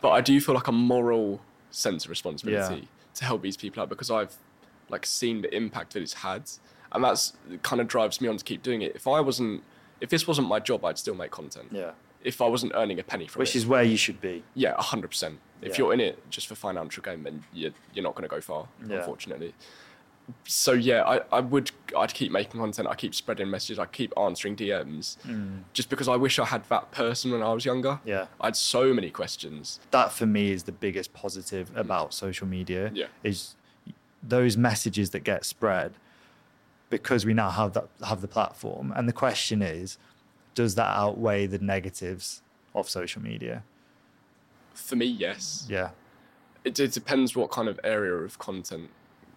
But I do feel like a moral sense of responsibility to help these people out because I've like seen the impact that it's had. And that's kind of drives me on to keep doing it. If I wasn't if this wasn't my job, I'd still make content.
Yeah.
If I wasn't earning a penny from
Which
it.
is where you should be.
Yeah, hundred percent. If
Yeah.
you're in it just for financial gain, then you're, you're not going to go far,
Yeah.
unfortunately. So yeah, I, I would I'd keep making content. I keep spreading messages. I keep answering DMs, just because I wish I had that person when I was younger.
Hmm. Yeah.
I had so many questions.
that for me is the biggest positive about social media
Yeah.
is those messages that get spread because we now have that have the platform and the question is does that outweigh the negatives of social media
For me, yes,
yeah
it, it depends what kind of area of content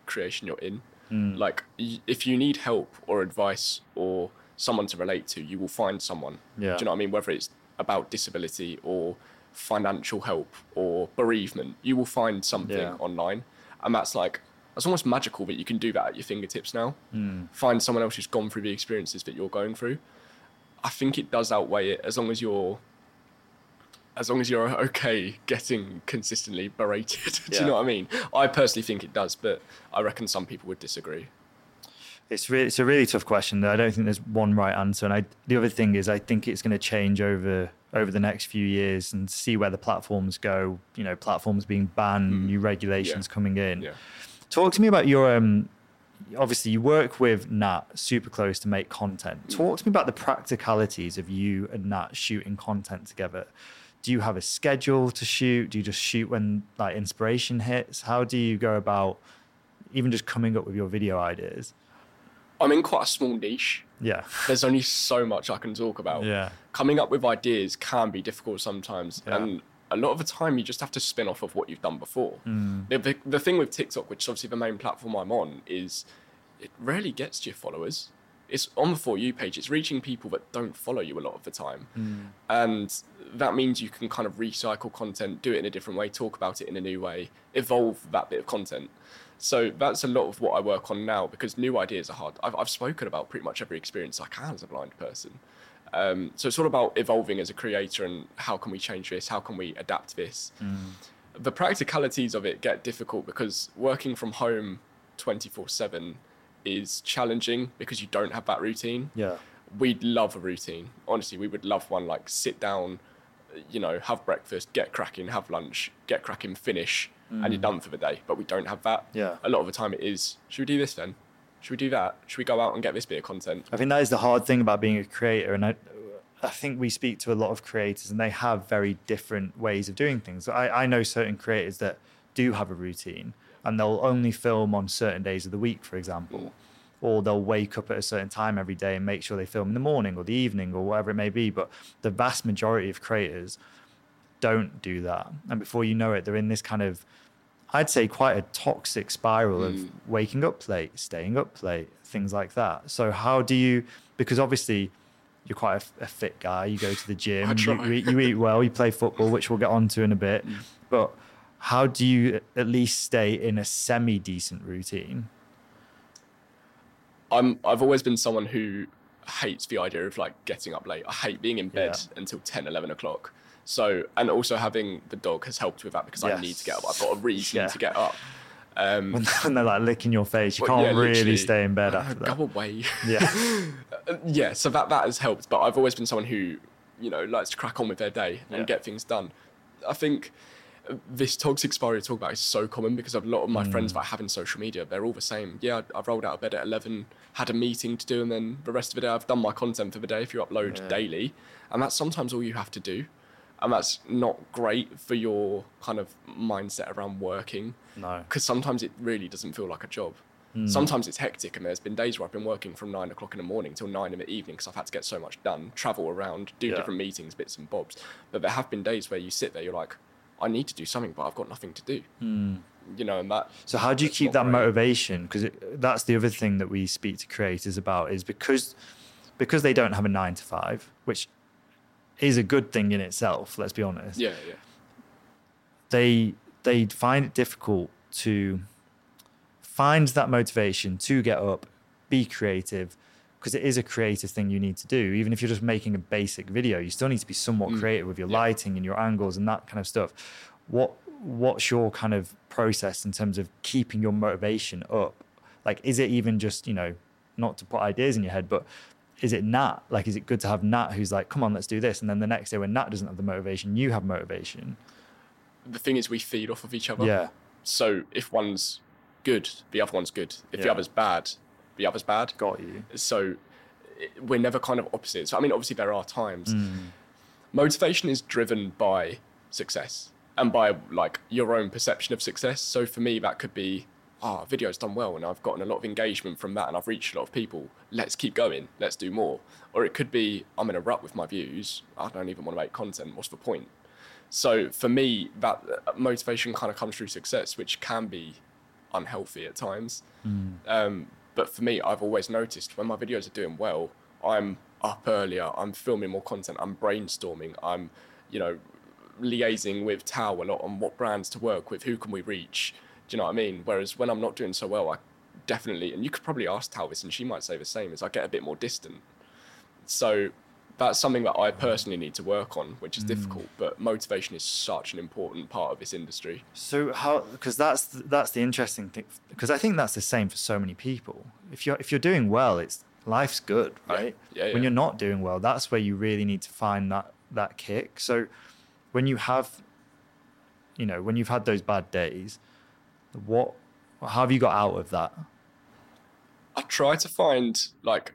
creation you're in.
Hmm.
Like y- if you need help or advice or someone to relate to, you will find someone.
Yeah.
Do you know what I mean? Whether it's about disability or financial help or bereavement, you will find something
Yeah.
online, and that's like it's almost magical that you can do that at your fingertips now.
Hmm.
Find someone else who's gone through the experiences that you're going through. I think it does outweigh it as long as you're as long as you're *laughs* okay getting consistently berated. *laughs* do
Yeah.
you know what I mean? I personally think it does, but I reckon some people would disagree.
It's really, it's a really tough question. Though. I don't think there's one right answer. And I, the other thing is, I think it's going to change over over the next few years and see where the platforms go. You know, platforms being banned, new regulations coming in.
Hmm. Yeah.
Talk to me about your. Um, obviously, you work with Nat super close to make
Hmm.
content. Talk to me about the practicalities of you and Nat shooting content together. Do you have a schedule to shoot? Do you just shoot when like inspiration hits? How do you go about even just coming up with your video ideas?
I'm in quite a small niche.
Yeah.
There's only so much I can talk about.
Yeah.
Coming up with ideas can be difficult sometimes.
Yeah.
And a lot of the time, you just have to spin off of what you've done before.
Mm.
The, the, the thing with TikTok, which is obviously the main platform I'm on, is it rarely gets to your followers. It's on the For You page, it's reaching people that don't follow you a lot of the time.
Mm.
And that means you can kind of recycle content, do it in a different way, talk about it in a new way, evolve that bit of content. So that's a lot of what I work on now because new ideas are hard. I've, I've spoken about pretty much every experience I can as a blind person.
Mm.
Um, so it's all about evolving as a creator and how can we change this? How can we adapt this? the practicalities of it get difficult because working from home 24 7 is challenging because you don't have that routine.
Yeah.
We'd love a routine. Honestly, we would love one like sit down, you know, have breakfast, get cracking, have lunch, get cracking, finish, and you're done for the day. But we don't have that.
Mm. Yeah.
A lot of the time it is, should we do this then? Should we do that? Should we go out and get this bit of content?
I think that is the hard thing about being a creator, and I, I think we speak to a lot of creators, and they have very different ways of doing things. I, I know certain creators that do have a routine, and they'll only film on certain days of the week, for example, or they'll wake up at a certain time every day and make sure they film in the morning or the evening or whatever it may be. But the vast majority of creators don't do that, and before you know it, they're in this kind of I'd say quite a toxic spiral of waking up late, staying up late, things like that. So how do you? Because obviously, you're quite a, f- a fit guy. You go to the gym. You,
try.
you, eat- you eat well. You play football, which we'll get onto in a bit. But how do you at least stay in a semi decent routine?
I'm I've always been someone who hates the idea of like getting up late. I hate being in bed
Yeah.
until 10, 11 o'clock. So and also having the dog has helped with that because I need to get up. I've got a reason
Yeah.
to get up. Um,
When, *laughs* when they're like licking your face, you
Well,
can't
yeah,
really
literally.
stay in
*laughs*
bed after
go
that.
away.
Yeah,
yeah, so that that has helped. But I've always been someone who, you know, likes to crack on with their day and
Yeah.
get things done. I think this toxic spiral you talk about is so common because a lot of my
Mm.
friends that I have in social media, they're all the same. Yeah, I- I've rolled out of bed at eleven, had a meeting to do, and then the rest of the day I've done my content for the day. If you upload
Yeah.
daily, and that's sometimes all you have to do, and that's not great for your kind of mindset around working
no.
because sometimes it really doesn't feel like a job.
Hmm.
Sometimes it's hectic, and there's been days where I've been working from nine o'clock in the morning till nine in the evening because I've had to get so much done, travel around, do
Yeah.
different meetings, bits and bobs. But there have been days where you sit there, you're like, I need to do something, but I've got nothing to do. You know, and that.
Hmm. So how do you
that's
keep that
not great.
motivation? Because that's the other thing that we speak to creators about is because because they don't have a nine to five, which is a good thing in itself. Let's be honest.
Yeah, yeah.
They they find it difficult to find that motivation to get up, be creative, because it is a creative thing you need to do. Even if you're just making a basic video, you still need to be somewhat creative with your lighting and your angles and that kind of stuff. What what's your kind of process in terms of keeping your motivation up? Like, is it even just you know not to put ideas in your head, but is it Nat? Like, is it good to have Nat who's like, come on, let's do this? And then the next day when Nat doesn't have the motivation, you have motivation.
The thing is, we feed off of each other.
Yeah.
So if one's good, the other one's good. If the
Yeah.
other's bad, the other's bad.
Got you.
so it- we're never kind of opposites. I mean, obviously there are times. Motivation is driven by success and by like your own perception of success. So for me, that could be, ah, video's done well and I've gotten a lot of engagement from that and I've reached a lot of people. Let's keep going. Let's do more. Or it could be, I'm in a rut with my views. I don't even want to make content. What's the point? So for me, that uh, motivation kind of comes through success, which can be unhealthy at times. Um, but for me, I've always noticed when my videos are doing well, I'm up earlier, I'm filming more content, I'm brainstorming, I'm, you know, liaising with Tao a lot on what brands to work with, who can we reach. Do you know what I mean? Whereas when I'm not doing so well, I definitely, and you could probably ask Tao this, and she might say the same, is I get a bit more distant. So that's something that I personally need to work on, which is difficult, but motivation is such an important part of this industry.
So how? Because that's th- that's the interesting thing. Because I think that's the same for so many people. If you're if you're doing well, it's life's good,
Yeah.
right?
Yeah, yeah.
When you're not doing well, that's where you really need to find that that kick. So when you have, you know, when you've had those bad days, what how have you got out of that?
I try to find like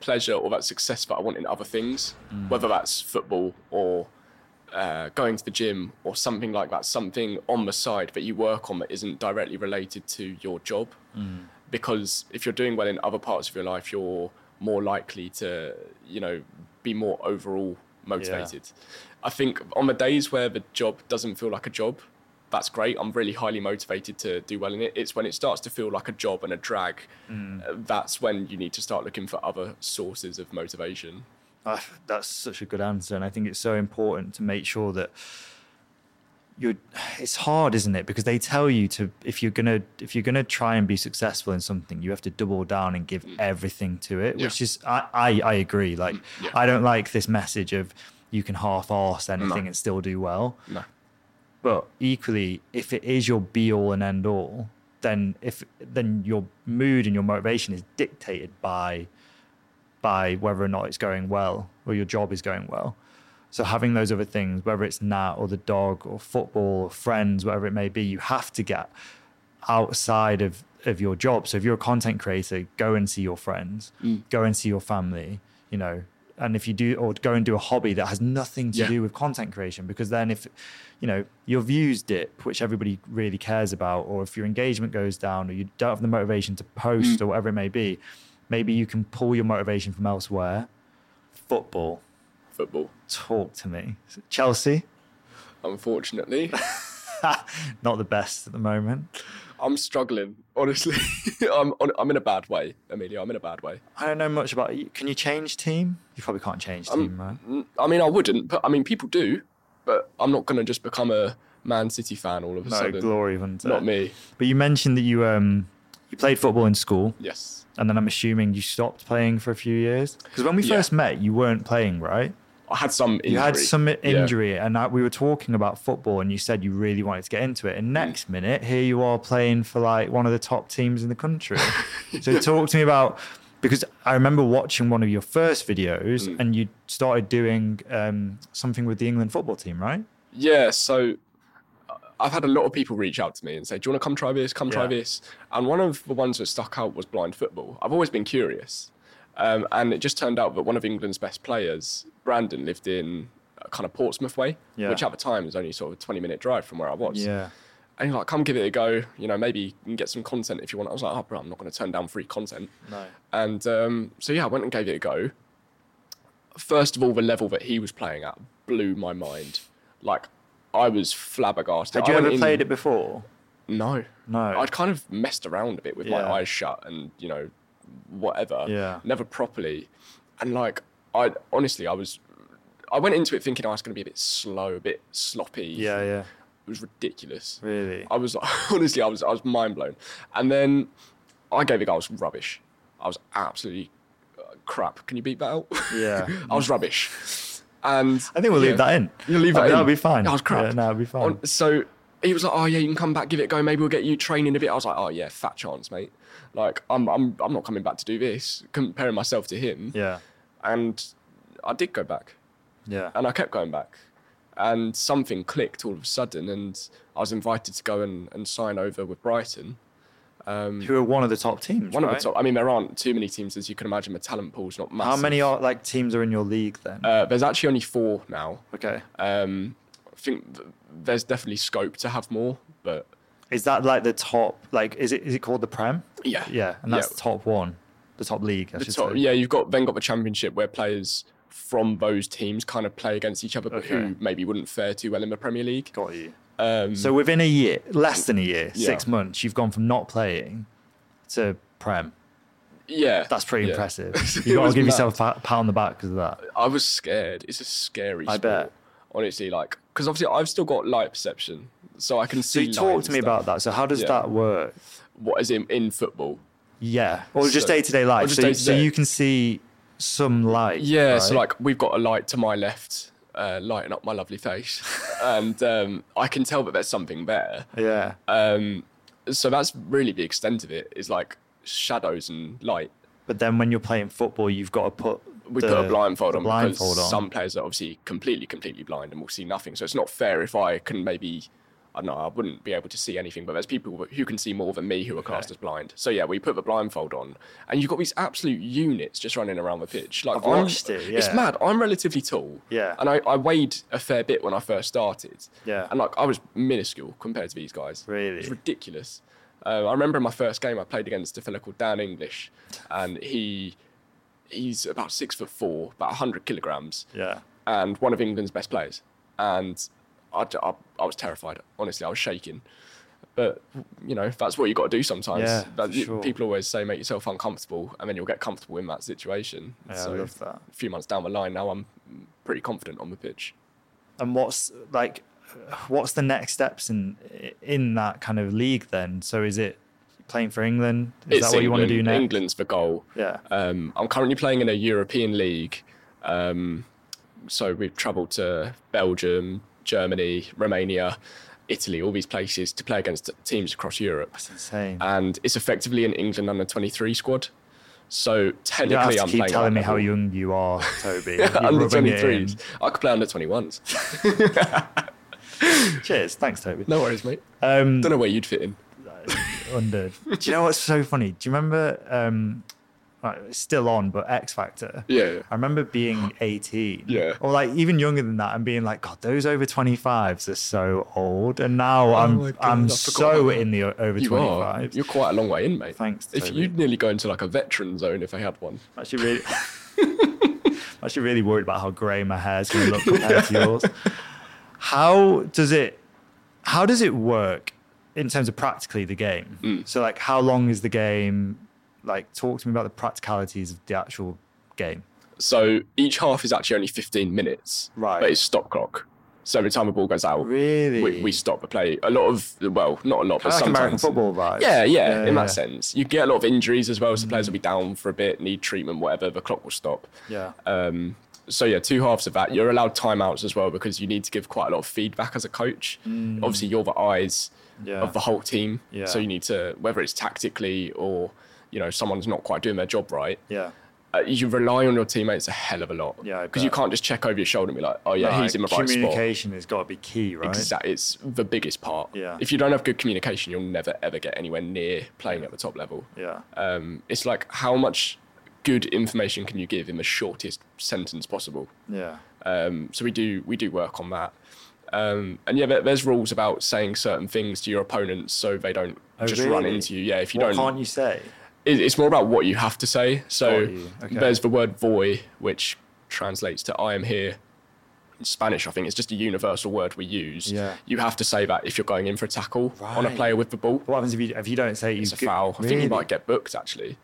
pleasure or that success that I want in other things, whether that's football or uh, going to the gym or something like that, something on the side that you work on that isn't directly related to your job. Because if you're doing well in other parts of your life, you're more likely to, you know, be more overall motivated. I think on the days where the job doesn't feel like a job, that's great. I'm really highly motivated to do well in it. It's when it starts to feel like a job and a drag, uh, that's when you need to start looking for other sources of motivation.
Ah, that's such a good answer, and I think it's so important to make sure that you're. It's hard, isn't it? Because they tell you to if you're gonna if you're gonna try and be successful in something, you have to double down and give everything to it.
Mm. Yeah. Mm,
Which is, I I, I agree. Like,
yeah.
I don't like this message of you can half-arse anything
No.
and still do well.
No.
But equally, if it is your be all and end all, then if then your mood and your motivation is dictated by by whether or not it's going well or your job is going well. So having those other things, whether it's Nat or the dog or football or friends, whatever it may be, you have to get outside of of your job. So if you're a content creator, go and see your friends, go and see your family, you know. And if you do, or go and do a hobby that has nothing to
Yeah.
do with content creation, because then if, you know, your views dip, which everybody really cares about, or if your engagement goes down, or you don't have the motivation to post, or whatever it may be, maybe you can pull your motivation from elsewhere. Football,
football.
talk to me. Chelsea,
Unfortunately,
not the best at the moment.
I'm struggling. Honestly, *laughs* I'm on, I'm in a bad way, Emilio. I'm in a bad way.
I don't know much about. Can you change team? You probably can't change team, right?
N- I mean, I wouldn't, but I mean, people do. But I'm not gonna just become a Man City fan all of a
No
sudden.
glory, wasn't it?
Not me.
But you mentioned that you um you played football in school,
Yes,
and then I'm assuming you stopped playing for a few years. Because when we
Yeah.
first met, you weren't playing, right?
I had some. Injury.
You had some
Yeah.
injury, and I, we were talking about football, and you said you really wanted to get into it.
Mm.
And next minute, here you are playing for like one of the top teams in the
*laughs*
country. so talk to me about because I remember watching one of your first videos,
Mm.
and you started doing um, something with the England football team, right?
Yeah, so uh, I've had a lot of people reach out to me and say, "Do you want to come try this? Come try
Yeah.
this." And one of the ones that stuck out was blind football. I've always been curious, um, and it just turned out that one of England's best players, Brandon, lived in uh, kind of Portsmouth way,
Yeah.
which at the time was only sort of a twenty-minute drive from where I was.
Yeah.
And he's like, "Come give it a go. You know, maybe you can get some content if you want." I was like, "Oh, bro, I'm not going to turn down free content."
No.
And um, so yeah, I went and gave it a go. First of all, the level that he was playing at blew my mind. Like I was flabbergasted.
Had you
I
ever
went in-
played it before?
No,
No.
I'd kind of messed around a bit with my
Yeah.
eyes shut and you know, whatever.
Yeah.
Never properly, and like I honestly, I was. I went into it thinking I was going to be a bit slow, a bit sloppy.
Yeah, yeah.
It was ridiculous.
Really? *laughs*
I was *laughs* honestly, I was, I was mind blown. And then I gave it. a go, I was rubbish. I was absolutely uh, crap. Can you beat that out? *laughs*
Yeah.
I was rubbish. And
I think we'll leave that in.
You leave that in.
That'll be fine.
That was crap.
Yeah, no, it'll be fine.
On- so he was like, "Oh yeah, you can come back, give it a go. Maybe we'll get you training a bit." I was like, "Oh yeah, fat chance, mate. Like I'm, I'm, I'm not coming back to do this." Comparing myself to him,
yeah.
and I did go back
Yeah.
and I kept going back. And something clicked all of a sudden, and I was invited to go and, and sign over with Brighton.
Who are one of the top teams?
Um, One of
right?
the top, I mean, there aren't too many teams, as you can imagine. The talent pool's not massive.
How many are like teams are in your league then?
Uh, there's actually only four now.
okay.
Um, I think th- there's definitely scope to have more, but
Is that like the top? Like, is it is it called the Prem?
yeah,
Yeah, and that's the top one, the top league. I
the
should
top-
say.
yeah, you've got then got the championship where players from those teams kind of play against each other, but who
Okay.
maybe wouldn't fare too well in the Premier League.
Got you.
Um,
so within a year, less than a year, six months, you've gone from not playing to Prem.
Yeah,
That's pretty
yeah. *laughs*
impressive.
It
You got
was
to give
mad.
yourself a pat, pat on the back because of that.
I was scared. It's a scary.
I
sport.
bet.
Honestly, like, because obviously I've still got light perception, so I can
So
see.
you talk to me about that. So how does
Yeah.
that work?
what is in in football.
Yeah, or just
So-
day to day
or
life.
just
So, so
day-to-day.
you can see some light.
Yeah, so
right?
like we've got a light to my left, uh, lighting up my lovely face, *laughs* and um, I can tell that there's something there.
yeah,
Um, so that's really the extent of it. Is like shadows and light.
but then when you're playing football, you've got to put
We
the-
put a blindfold
the
on
blindfold
because
on.
some players are obviously completely, completely blind and will see nothing. So it's not fair if I can maybe. I don't know I wouldn't be able to see anything, but there's people wh- who can see more than me who are classed as blind. So yeah, we put the blindfold on, and you've got these absolute units just running around the pitch. Like
I've watched
I'm-
it,
It's
yeah.
mad. I'm relatively tall.
Yeah.
And I, I weighed a fair bit when I first started.
Yeah.
And like I was minuscule compared to these guys. It's
Really?
ridiculous. Uh, I remember in my first game I played against a fellow called Dan English, and he he's about six foot four, about hundred kilograms,
yeah,
and one of England's best players. And I, j- I- I was terrified. Honestly, I was shaking. But you know that's what you got to do sometimes.
Yeah,
That-
for sure.
People always say make yourself uncomfortable, and then you'll get comfortable in that situation.
yeah,
so
I love that.
a few months down the line, now I'm pretty confident on the pitch.
And what's like, what's the next steps in in that kind of league then? So is it playing for England? Is that what you want to do
England.
next?
England's the goal.
Yeah.
Um, I'm currently playing in a European league. Um, so we've travelled to Belgium, Germany, Romania, Italy, all these places to play against teams across Europe.
That's insane.
And it's effectively an England under 23 squad. So
you don't have
technically,
to
I'm
keep
playing
telling
at
me
that
how
level.
young you are, Toby. You're
*laughs* under
rubbing it
23s. I could play under 21s.
in. Cheers. Thanks, Toby.
*laughs* No worries, mate.
Um,
Don't know where you'd fit in. *laughs*
under. Do you know what's so funny? Do you remember? Um, right, it's still on, but X Factor.
Yeah, yeah.
I remember
*gasps*
being 18.
Yeah.
Or like even younger than that and being like, God, those over 25s are so old. And now
Oh my
I'm
God, I
I'm
forgot
so
about that.
in the o- over
You are.
25s.
You're quite a long way in, mate.
Thanks,
If
Toby.
you'd nearly go into like a veteran zone if they had one.
I'm actually *laughs* really, I'm actually really worried about how grey my hair's going to *laughs* look compared to yours. How does it? How does it work in terms of practically the game? So, like, how long is the game? Like, talk to me about the practicalities of the actual game.
So each half is actually only 15 minutes.
Right.
But it's stop clock. So every time a ball goes out,
Really?
we, we stop the play. A lot of, well, not a lot, but
like
sometimes.
American football vibes.
Yeah, yeah, in
yeah. Mm.
that sense. You get a lot of injuries as well, so players will be down for a bit, need treatment, whatever, the clock will stop.
Yeah.
Um, so yeah, two halves of that. You're allowed timeouts as well because you need to give quite a lot of feedback as a coach. Obviously, you're the eyes
Mm. Yeah.
of the whole team,
Yeah.
so you need to whether it's tactically or you know someone's not quite doing their job right.
yeah.
Uh, you rely on your teammates a hell of a lot.
Yeah, I
because you
bet.
can't just check over your shoulder and be like, oh yeah,
Like,
he's in the right spot.
communication has got to be key, right?
Exact- It's the biggest part.
Yeah.
If you don't have good communication, you'll never ever get anywhere near playing at the top level.
Yeah.
Um, it's like how much good information can you give in the shortest sentence possible?
Yeah.
Um, so we do we do work on that. Um, and yeah, there, there's rules about saying certain things to your opponents so they don't
Oh,
just run
really?
into you. Yeah, if you
What
don't,
can't you say?
it, it's more about what you have to say. So
Got you. Okay.
there's the word "voy," which translates to "I am here." In Spanish, I think it's just a universal word we use.
Yeah.
You have to say that if you're going in for a tackle on a
Right.
player with the ball
What happens if you if you don't say?
it's a foul. I think you might get booked actually.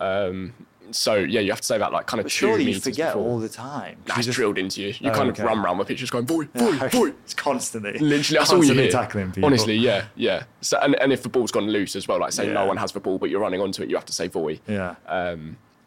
Um, so yeah, you have to say that like kind of
But
two
surely you
meters
forget
before.
all the time.
That's drilled into you. You
Oh,
kind
okay.
of run around with pictures going boy, boy, boy.
It's constantly,
Literally, that's all
constantly
you hear.
tackling people.
Honestly, yeah, yeah. So, and, and if the ball's gone loose as well, like say
Yeah.
no one has the ball, but you're running onto it, you have to say voy.
yeah,
Uh,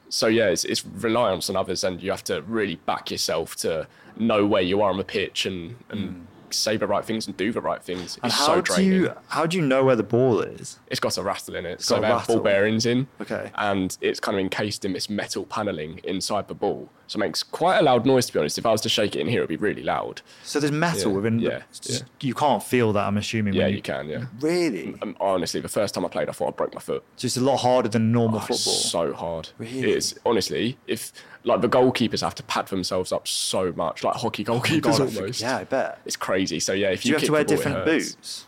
So yeah, it's, it's reliance on others, and you have to really back yourself to know where you are on the pitch and, and say the right things and do the right things. It's
Hmm. and how
so
do
draining.
you how do you know where the ball is?
it's got a rattle in it. So
got a
they have ball
rattle.
bearings in.
Okay.
And it's kind of encased in this metal paneling inside the ball. So it makes quite a loud noise, to be honest. If I was to shake it in here, it'd be really loud.
So there's metal
Yeah,
within.
yeah,
the, s- you can't feel that. I'm assuming.
Yeah,
when
you Mm. can, yeah.
Really,
And honestly, the first time I played, I thought I broke my foot.
just a lot harder than normal
Oh, It's
football.
so hard.
Really?
It's honestly, if like the goalkeepers have to pat themselves up so much, like hockey goalkeepers
God, I think-
almost.
yeah, I bet.
It's crazy. So yeah, if
Do
you,
you have
kick
to wear
the ball, it
different
hurts.
boots?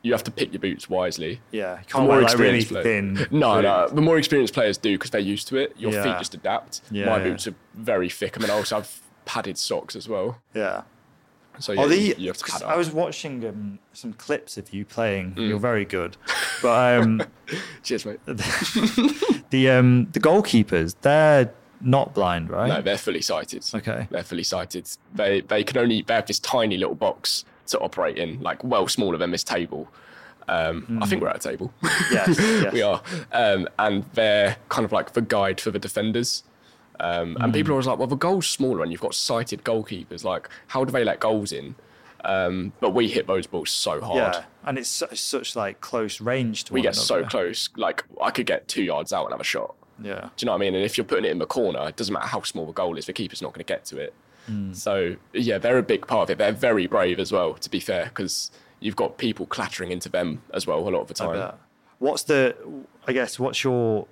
You have to pick your boots wisely.
Yeah, you
The
can't wear like really
experienced
thin.
player- *laughs* No, no.
boots.
The more experienced players do because they're used to it. Your feet
Yeah.
just adapt.
Yeah,
My
yeah.
boots are very thick. I mean, I also have padded socks as well.
Yeah.
So yeah,
Are
you,
they?
you have to pad
'cause
up.
I was watching um, some clips of you playing.
Mm.
You're very
*laughs*
good, but um,
Cheers, mate.
the um, the goalkeepers they're not blind, right?
No, they're fully sighted.
Okay.
They're fully sighted. They they can only they have this tiny little box to operate in, like well smaller than this table. Um, I
Hmm.
think we're at a table. *laughs*
yes, yes.
we are. Um, and they're kind of like the guide for the defenders. Um, and people are always like, well, the goal's smaller and you've got sighted goalkeepers. Like, how do they let goals in? Um, but we hit those balls so hard.
Yeah, and it's such, such like close range to
We
one
get so
another.
close. Like, I could get two yards out and have a shot.
Yeah,
Do you know what I mean? And if you're putting it in the corner, it doesn't matter how small the goal is, the keeper's not going to get to it.
Hmm.
So, yeah, they're a big part of it. They're very brave as well, to be fair, because you've got people clattering into them as well a lot of the time.
yeah. What's the? I guess what's your?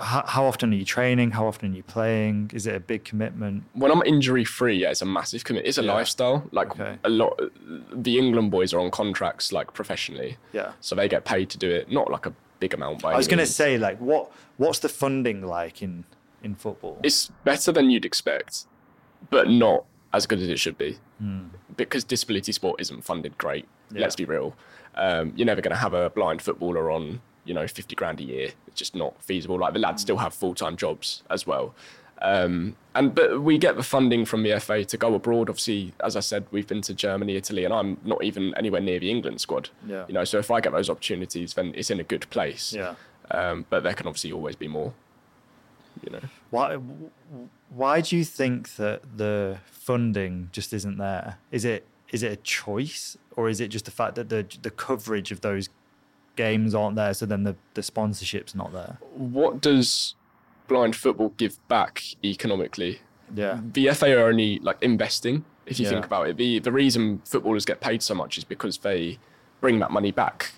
How, how often are you training? How often are you playing? Is it a big commitment?
when I'm injury free, yeah, it's a massive commit. It's a
Yeah.
lifestyle. Like
Okay.
a lot, the England boys are on contracts like professionally.
Yeah.
So they get paid to do it, not like a big amount. By
I was
any
gonna
means.
say like what? What's the funding like in in football?
it's better than you'd expect, but not as good as it should be, because disability sport isn't funded great.
Hmm. Yeah.
Let's be real. Um, you're never going to have a blind footballer on you know 50 grand a year. It's just not feasible. Like the
Hmm.
lads still have full time jobs as well. Um, and but we get the funding from the FA to go abroad. Obviously, as I said, we've been to Germany, Italy, and I'm not even anywhere near the England squad.
Yeah.
You know, so if I get those opportunities, then it's in a good place.
yeah.
Um, but there can obviously always be more. You know.
Why? w- Why do you think that the funding just isn't there? Is it is it a choice or is it just the fact that the the coverage of those games aren't there, so then the, the sponsorship's not there?
What does blind football give back economically?
Yeah.
The FA are only like investing. If you
Yeah.
think about it, the the reason footballers get paid so much is because they bring that money back.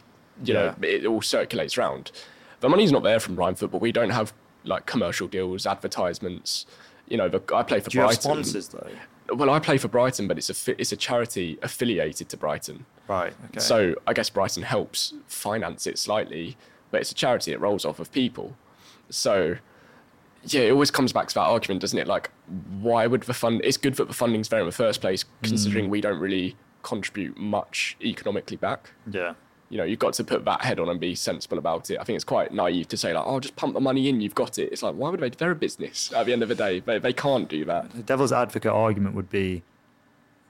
You know, it all circulates round. The money's not there from blind football. We don't have like commercial deals, advertisements. You know, the, I play for
Do you have
Brighton.
sponsors though?
Well, I play for Brighton, but it's a fi- it's a charity affiliated to Brighton.
Right. Okay.
So I guess Brighton helps finance it slightly, but it's a charity. It rolls off of people. So yeah, it always comes back to that argument, doesn't it? Like, why would the fund? It's good that the funding's there in the first place, considering we don't really contribute much economically back.
yeah.
You know, you've got to put that head on and be sensible about it. I think it's quite naive to say like, oh, just pump the money in, you've got it. It's like, why would they? They're a business. At the end of the day, they they can't do that.
The devil's advocate argument would be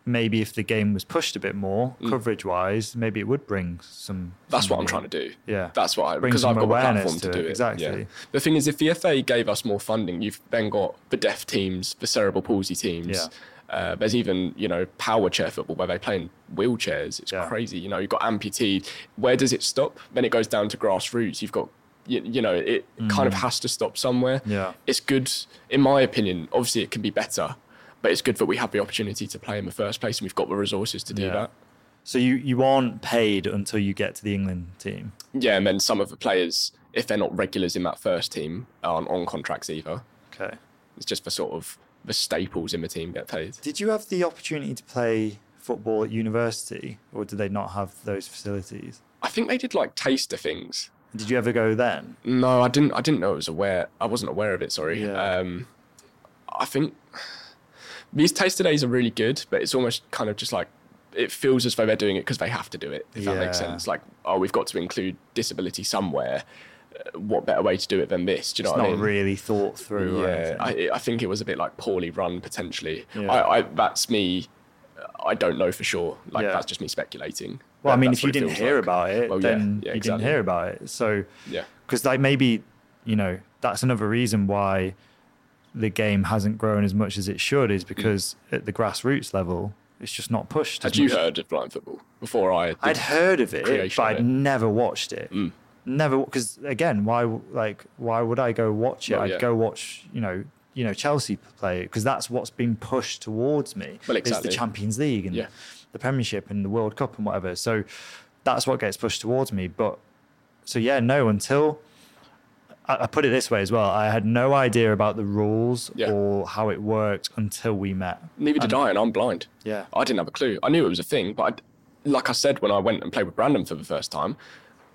maybe if the game was pushed a bit more coverage wise, maybe it would bring some.
Mm. That's
some
what I'm
money.
trying to do.
Yeah.
That's what I
Bring
because
some
I've got the
awareness
platform to,
to it,
do it.
exactly.
yeah. The thing is, if the FA gave us more funding, you've then got the deaf teams, the cerebral palsy teams. Uh, there's even you know power chair football where they play in wheelchairs. It's
Yeah.
crazy. You know you've got amputee. Where does it stop? Then it goes down to grassroots. You've got you, you know it kind of has to stop somewhere.
Mm. Yeah.
It's good in my opinion. Obviously, it can be better. But it's good that we have the opportunity to play in the first place and we've got the resources to do
Yeah.
that.
So you, you aren't paid until you get to the England team.
Yeah, and then some of the players, if they're not regulars in that first team, aren't on contracts either.
Okay.
It's just the sort of the staples in the team get paid.
Did you have the opportunity to play football at university, or did they not have those facilities?
I think they did like taster things.
Did you ever go then?
No, I didn't. I didn't know it was aware. I wasn't aware of it. Sorry.
Yeah.
Um, I think these taster days are really good, but it's almost kind of just like it feels as though they're doing it because they have to do it. If that makes
Yeah.
sense. Like, oh, we've got to include disability somewhere. Uh, What better way to do it than this? Do you know
It's
what
not
I mean?
really thought through.
Yeah,
I,
I, I think it was a bit like poorly run potentially.
Yeah.
I, I that's me. I don't know for sure. Like
Yeah.
that's just me speculating.
well, I
That-
mean,
that's
if you
what it
didn't
feels
hear
like.
about it,
Well, yeah,
then
yeah,
you
exactly.
didn't hear about it. So,
Yeah,
because like maybe you know that's another reason why the game hasn't grown as much as it should is because at the grassroots level, it's just not pushed.
had
as
you
much.
heard of blind football before? I did?
I'd heard of it, but
creation of
I'd
it. Mm.
never watched it. Never, because again, why w- like why would I go watch it?
Well,
I'd
yeah.
go watch you know you know Chelsea play it because that's what's been pushed towards me.
Well,
It's
exactly.
the Champions League and
Yeah.
the Premiership and the World Cup and whatever. So that's what gets pushed towards me. But so yeah, no, until I, I put it this way as well, I had no idea about the rules
Yeah.
or how it worked until we met.
Neither did I, and I'm blind.
Yeah.
I didn't have a clue. I knew it was a thing, but I'd, like I said, when I went and played with Brandon for the first time,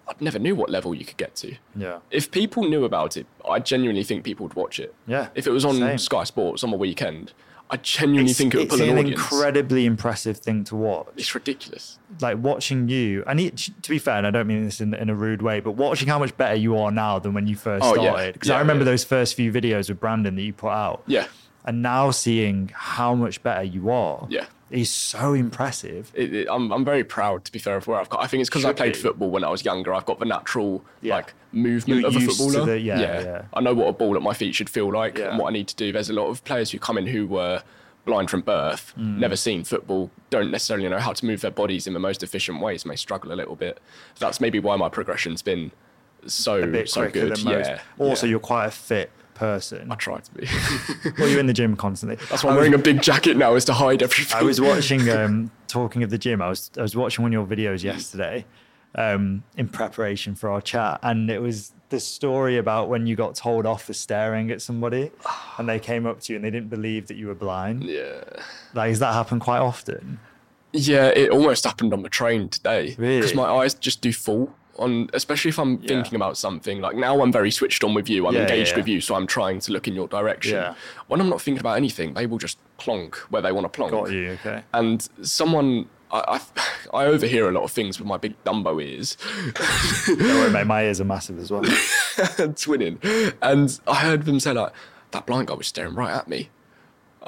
I never knew what level you could get to.
Yeah,
If people knew about it, I genuinely think people would watch it.
Yeah,
If it was on
same.
Sky Sports on the weekend, I genuinely
it's,
think it would
it's
pull an,
an
audience.
incredibly impressive thing to watch.
it's ridiculous.
like watching you and it, to be fair and i don't mean this in, in a rude way but watching how much better you are now than when you first
Oh, yeah.
started because
Yeah,
i remember
yeah.
those first few videos with brandon that you put out
Yeah.
and now seeing how much better you are
Yeah.
is so impressive
it, it- I'm, I'm very proud to be fair of where I've got. I think it's because I
Should
played
be.
football when I was younger. I've got the natural
Yeah.
like movement
You're
of a
used to
footballer.
the- yeah, yeah.
I know what a ball at my feet should feel like
Yeah.
and what I need to do. There's a lot of players who come in who were blind from birth,
Mm.
never seen football, don't necessarily know how to move their bodies in the most efficient ways, may struggle a little bit. That's maybe why my progression's been so
a bit
so
quicker
good.
than most
Yeah.
also
yeah.
you're quite a fit
*laughs*
person
I try
*laughs*
to be.
well you're in the gym constantly
That's why I'm wearing a big jacket now, is to hide everything.
I
*laughs*
was watching um, talking of the gym. I was I was watching one of your videos yesterday um, in preparation for our chat, and it was the story about when you got told off for staring at somebody, and they came up to you and they didn't believe that you were blind.
Yeah.
Like, has that happened quite often?
Yeah, it almost happened on the train today.
Really?
Because my eyes just do fall on, especially if I'm thinking about something. Like now, I'm very switched on with you. I'm
Yeah, yeah,
engaged
yeah.
with you, so I'm trying to look in your direction.
Yeah.
When I'm not thinking about anything, they will just plonk where they want to plonk.
Got you. Okay.
And someone, I, I, *laughs* I overhear a lot of things with my big Dumbo ears.
Don't worry, mate. My ears are massive as well.
twinning. And I heard them say like, that blind guy was staring right at me.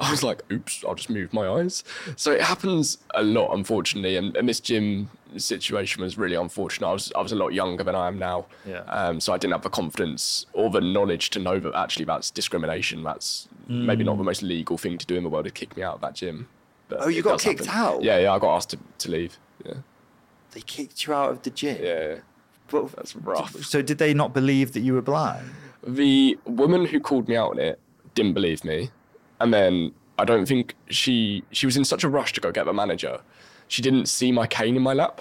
I was like, oops, I'll just move my eyes. So it happens a lot, unfortunately. And, and this gym situation was really unfortunate. I was I was a lot younger than I am now.
Yeah.
Um, so I didn't have the confidence or the knowledge to know that actually that's discrimination. That's maybe not the most legal thing to do in the world to kick me out of that gym. But
Oh, you
it
got
does
kicked out?
Yeah, yeah, I got asked to, to leave. Yeah,
They kicked you out of the gym.
yeah,
But,
that's rough.
so did they not believe that you were black?
The woman who called me out on it didn't believe me, and then I don't think she she was in such a rush to go get the manager, she didn't see my cane in my lap.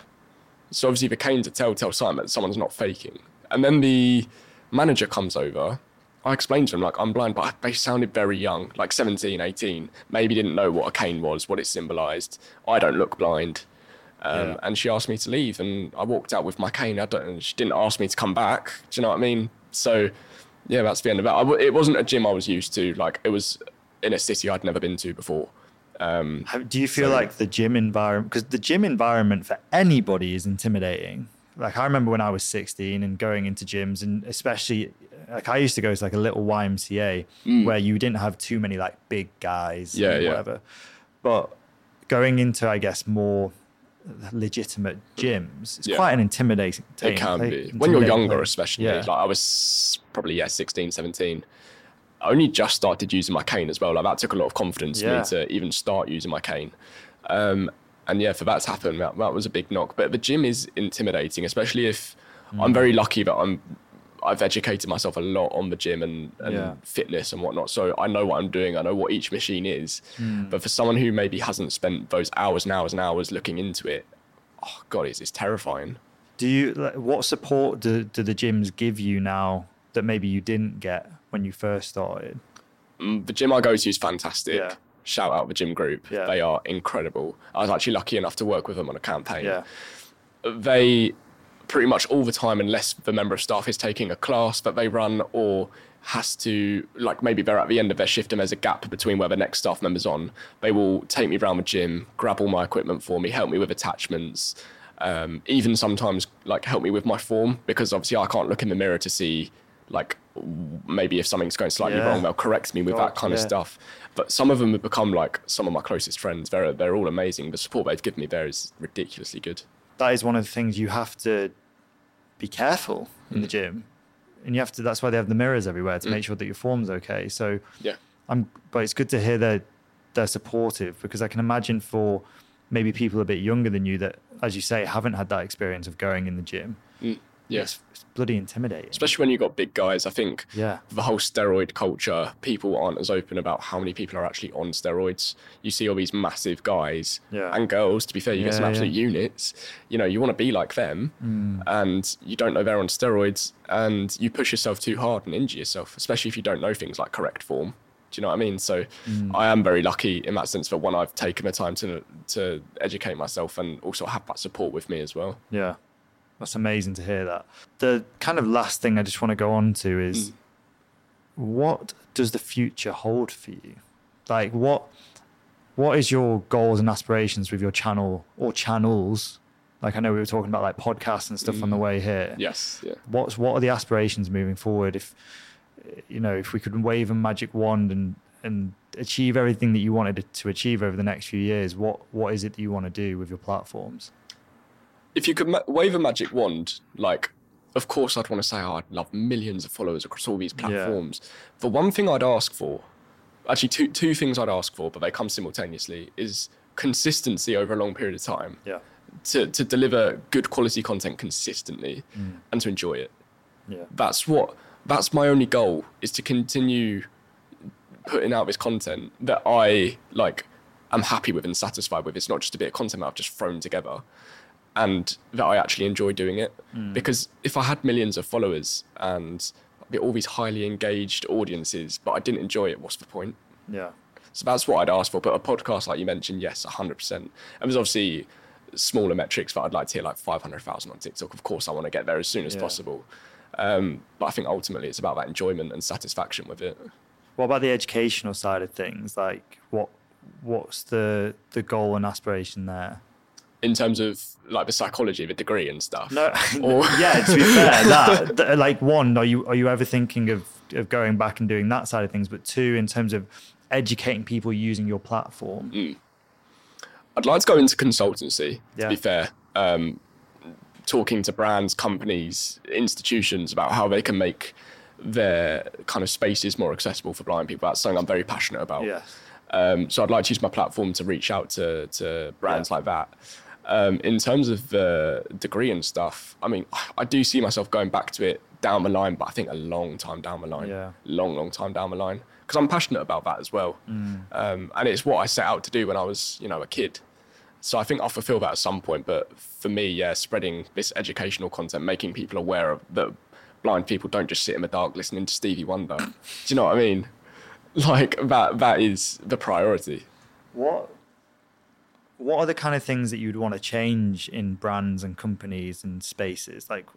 So obviously the cane's a telltale sign that someone's not faking. And then the manager comes over. I explained to him, like, I'm blind, but I- they sounded very young, like 17, 18, maybe didn't know what a cane was, what it symbolized. I don't look blind. Um,
Yeah.
And she asked me to leave, and I walked out with my cane. I don't, and she didn't ask me to come back. Do you know what I mean? So, yeah, that's the end of that. I w- it wasn't a gym I was used to. Like, it was in a city I'd never been to before.
How- Do you feel
So-
like the gym environment? Because the gym environment for anybody is intimidating. Like I remember when I was 16 and going into gyms, and especially like I used to go to like a little YMCA where you didn't have too many like big guys,
Mm. Yeah,
and
yeah.
whatever. But going into I guess more legitimate gyms, it's
Yeah.
quite an intimidating.
It can
pla-
be. When you're
intimidating
younger,
place.
especially.
Yeah.
Like I was probably, yeah, 16, 17. I only just started using my cane as well. Like that took a lot of confidence for
Yeah.
me to even start using my cane. Um, and yeah, for that to happen, that, that was a big knock. But the gym is intimidating, especially if
Mm.
I'm very lucky that I'm I've educated myself a lot on the gym and, and
Yeah.
fitness and whatnot. So I know what I'm doing. I know what each machine is.
Mm.
But for someone who maybe hasn't spent those hours and hours and hours looking into it, oh god, it's, it's terrifying.
Do you like, what support do, do the gyms give you now that maybe you didn't get when you first started?
Um, the gym I go to is fantastic.
Yeah.
Shout out the gym group.
Yeah.
They are incredible. I was actually lucky enough to work with them on a campaign.
Yeah.
They pretty much all the time, unless the member of staff is taking a class that they run or has to, like maybe they're at the end of their shift and there's a gap between where the next staff member's on, they will take me round the gym, grab all my equipment for me, help me with attachments. Um, even sometimes like help me with my form because obviously I can't look in the mirror to see like w- maybe if something's going slightly
Yeah.
wrong they'll correct me with
God,
that kind of
yeah.
stuff. But some of them have become like some of my closest friends. They're they're all amazing. The support they've given me there is ridiculously good.
that is one of the things you have to be careful in the gym and you have to that's why they have the mirrors everywhere to make sure that your form's okay so
Yeah.
i'm but it's good to hear they're they're supportive because i can imagine for maybe people a bit younger than you that as you say haven't had that experience of going in the gym
Yes.
it's bloody intimidating
Especially when you've got big guys, I think
Yeah.
the whole steroid culture, people aren't as open about how many people are actually on steroids. You see all these massive guys
Yeah.
and girls, to be fair, you get some
Yeah, Mm. yeah.
absolute units. You know, you want to be like them and you don't know they're on steroids and you push yourself too hard and injure yourself, especially if you don't know things like correct form. Do you know what I mean? So
Mm.
I am very lucky in that sense that one, I've taken the time to to educate myself and also have that support with me as well.
Yeah. That's amazing to hear that. The kind of last thing I just want to go on to is what does the future hold for you? Like what what is your goals and aspirations with your channel or channels? Like I know we were talking about like podcasts and stuff on the way here.
Yes. Yeah.
What's what are the aspirations moving forward if you know, if we could wave a magic wand and and achieve everything that you wanted to achieve over the next few years, what what is it that you want to do with your platforms?
if you could ma- wave a magic wand, like, of course, I'd want to say, oh, I'd love millions of followers across all these platforms. The one thing I'd ask for, actually, two, two things I'd ask for, but they come simultaneously, is consistency over a long period of time
Yeah.
to, to deliver good quality content consistently and to enjoy it
Yeah.
that's what that's my only goal is to continue putting out this content that I like am happy with and satisfied with. It's not just a bit of content that I've just thrown together and that I actually enjoy doing it. Because if I had millions of followers and all these highly engaged audiences, but I didn't enjoy it, what's the point?
Yeah.
So that's what I'd ask for. But a podcast, like you mentioned, yes, 100%. And there's obviously smaller metrics that I'd like to hit, like 500,000 on TikTok. Of course, I want to get there as soon as
Yeah.
possible. Um, but I think ultimately it's about that enjoyment and satisfaction with it.
What about the educational side of things? Like, what what's the the goal and aspiration there?
In terms of like the psychology, the degree and stuff.
No,
Or-
*laughs* yeah. To be fair, that, th- like one, are you are you ever thinking of of going back and doing that side of things? But two, in terms of educating people using your platform,
I'd like to go into consultancy,
Yeah.
to be fair. Um, talking to brands, companies, institutions about how they can make their kind of spaces more accessible for blind people. That's something I'm very passionate about.
Yes.
Um, so I'd like to use my platform to reach out to to brands like that. Um, in terms of uh, degree and stuff, I mean, I do see myself going back to it down the line, but I think a long time down the line,
Yeah.
long, long time down the line, because I'm passionate about that as well, um, and it's what I set out to do when I was, you know, a kid. So I think I'll fulfil that at some point. But for me, yeah, spreading this educational content, making people aware of that blind people don't just sit in the dark listening to Stevie Wonder. Do you know what I mean? *laughs* Like that that is the priority.
What what are the kind of things that you'd want to change in brands and companies and spaces? Like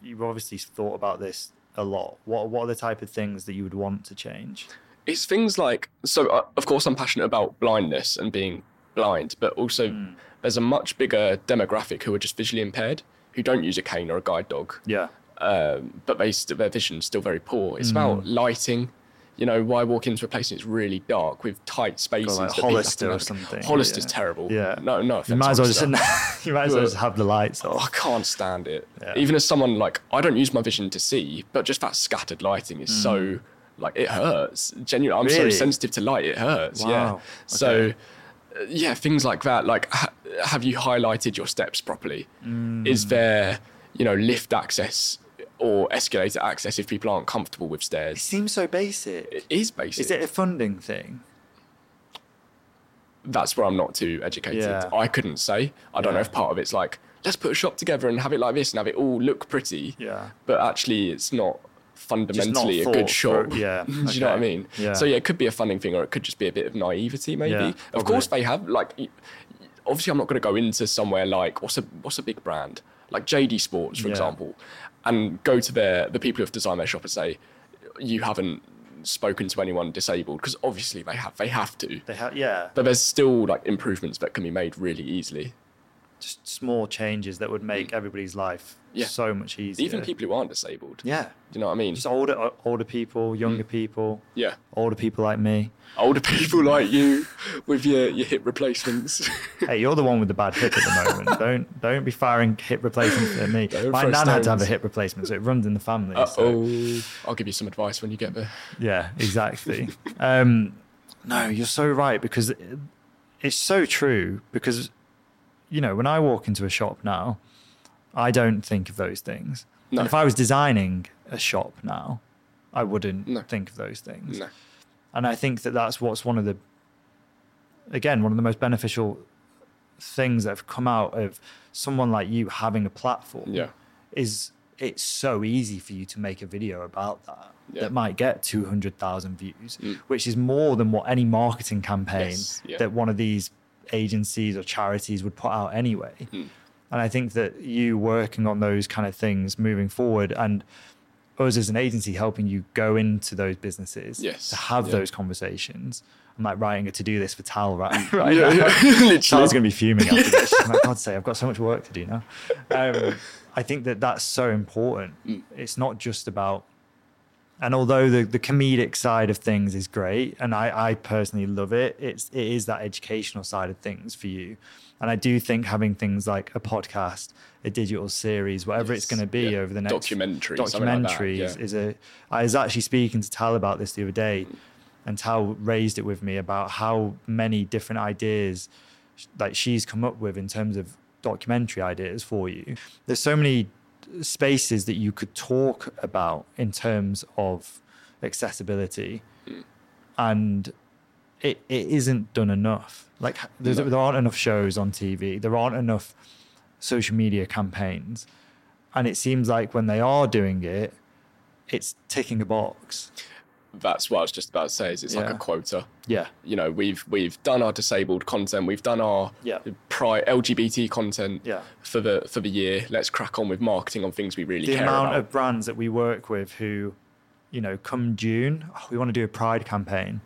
you've obviously thought about this a lot. What what are the type of things that you would want to change?
It's things like so. Uh, of course, I'm passionate about blindness and being blind, but also
Hmm.
there's a much bigger demographic who are just visually impaired who don't use a cane or a guide dog.
Yeah.
um, but they st- their vision's still very poor. It's
Hmm.
about lighting. You know, why walk into a place and it's really dark with tight spaces? that people have to
Hollister or
navigate?
something,
Hollister's
yeah.
terrible.
Yeah.
No, no.
You
offense,
might as well just
Hollister.
*laughs* you might as well just have the lights
I
off.
can't stand it.
Yeah.
Even as someone like I don't use my vision to see, but just that scattered lighting is so like it hurts. Genuinely, I'm
Mm. Really?
so sensitive to light. It hurts. Yeah.
Wow,
So. uh, Yeah, things like that. Like, ha- have you highlighted your steps properly?
Mm.
Is there, you know, lift access or escalator access if people aren't comfortable with
It
stairs?
seems so basic.
It is basic.
Is it a funding thing?
that's where I'm not too educated.
Yeah.
I couldn't say. I don't know
Yeah.
if part of it's like, let's put a shop together and have it like this and have it all look pretty.
Yeah.
But actually, it's not
Just not
fundamentally a
thought
good shop.
through. Yeah.
*laughs* Do you know what I
okay.
mean?
Yeah.
So, yeah, it could be a funding thing or it could just be a bit of naivety, maybe.
Yeah,
of
probably.
course, they have, like, y- y- obviously, I'm not going to go into somewhere like, what's a, what's a big brand? Like JD Sports, for
Yeah.
example, and go to their, the people who have designed their shop and say, you haven't spoken to anyone disabled because obviously they have they have to
They have yeah.
but there's still like improvements that can be made really easily.
Just small changes that would make everybody's life
Yeah.
so much easier.
Even people who aren't disabled.
Yeah.
Do you know what I mean?
Just older older
Mm.
people, younger people,
yeah.
older people like me.
Older *laughs* people like you with your, your hip
*laughs*
replacements. *laughs*
Hey, you're the one with the bad hip at the moment. don't don't be firing hip replacements at me.
Don't
My
throw
nan had to have a
stones.
hip replacement, so it runs in the family.
uh
so-
oh. I'll give you some advice when you get there.
Yeah, exactly. um, no, you're so right because it- it's so true. Because you know, when I walk into a shop now, I don't think of those things.
No.
And if I was designing a shop now, I wouldn't
No.
think of those things.
No.
And I think that that's what's one of the, again, one of the most beneficial things that have come out of someone like you having a platform
Yeah.
is it's so easy for you to make a video about that
Yeah.
that might get 200,000 views,
Mm.
which is more than what any marketing campaign
Yes, yeah.
that one of these agencies or charities would put out anyway.
Mm.
And I think that you working on those kind of things moving forward and us as an agency helping you go into those businesses
Yes,
to have
yeah.
those conversations. I'm like writing a to do list for Tal
*laughs*
right, right
yeah,
now.
yeah.
*laughs*
Literally.
Charles going to be fuming after this.
*laughs*
She's like, God's sake, I've got so much work to do now. Um, I think that that's so important.
Mm.
It's not just about, and although the, the comedic side of things is great, and I, I personally love it, it's, it is that educational side of things for you. And I do think having things like a podcast, a digital series, whatever it's
Yes,
going to be
yeah.
over the next
Documentary, something like that,
documentary is-
yeah.
is a. I was actually speaking to Tal about this the other day, and Tal raised it with me about how many different ideas like she's come up with in terms of documentary ideas for you. There's so many spaces that you could talk about in terms of accessibility, and it, it isn't done enough. Like there's,
No.
there aren't enough shows on TV. There aren't enough social media campaigns, and it seems like when they are doing it, it's ticking a box.
That's what I was just about to say is it's like
Yeah.
a quota.
Yeah.
You know, we've we've done our disabled content, we've done our
Yeah.
pri- LGBT content
Yeah.
for the for the year. Let's crack on with marketing on things we really
The
care
amount
about.
of brands that we work with who, you know, come June, "Oh, we want to do a Pride campaign.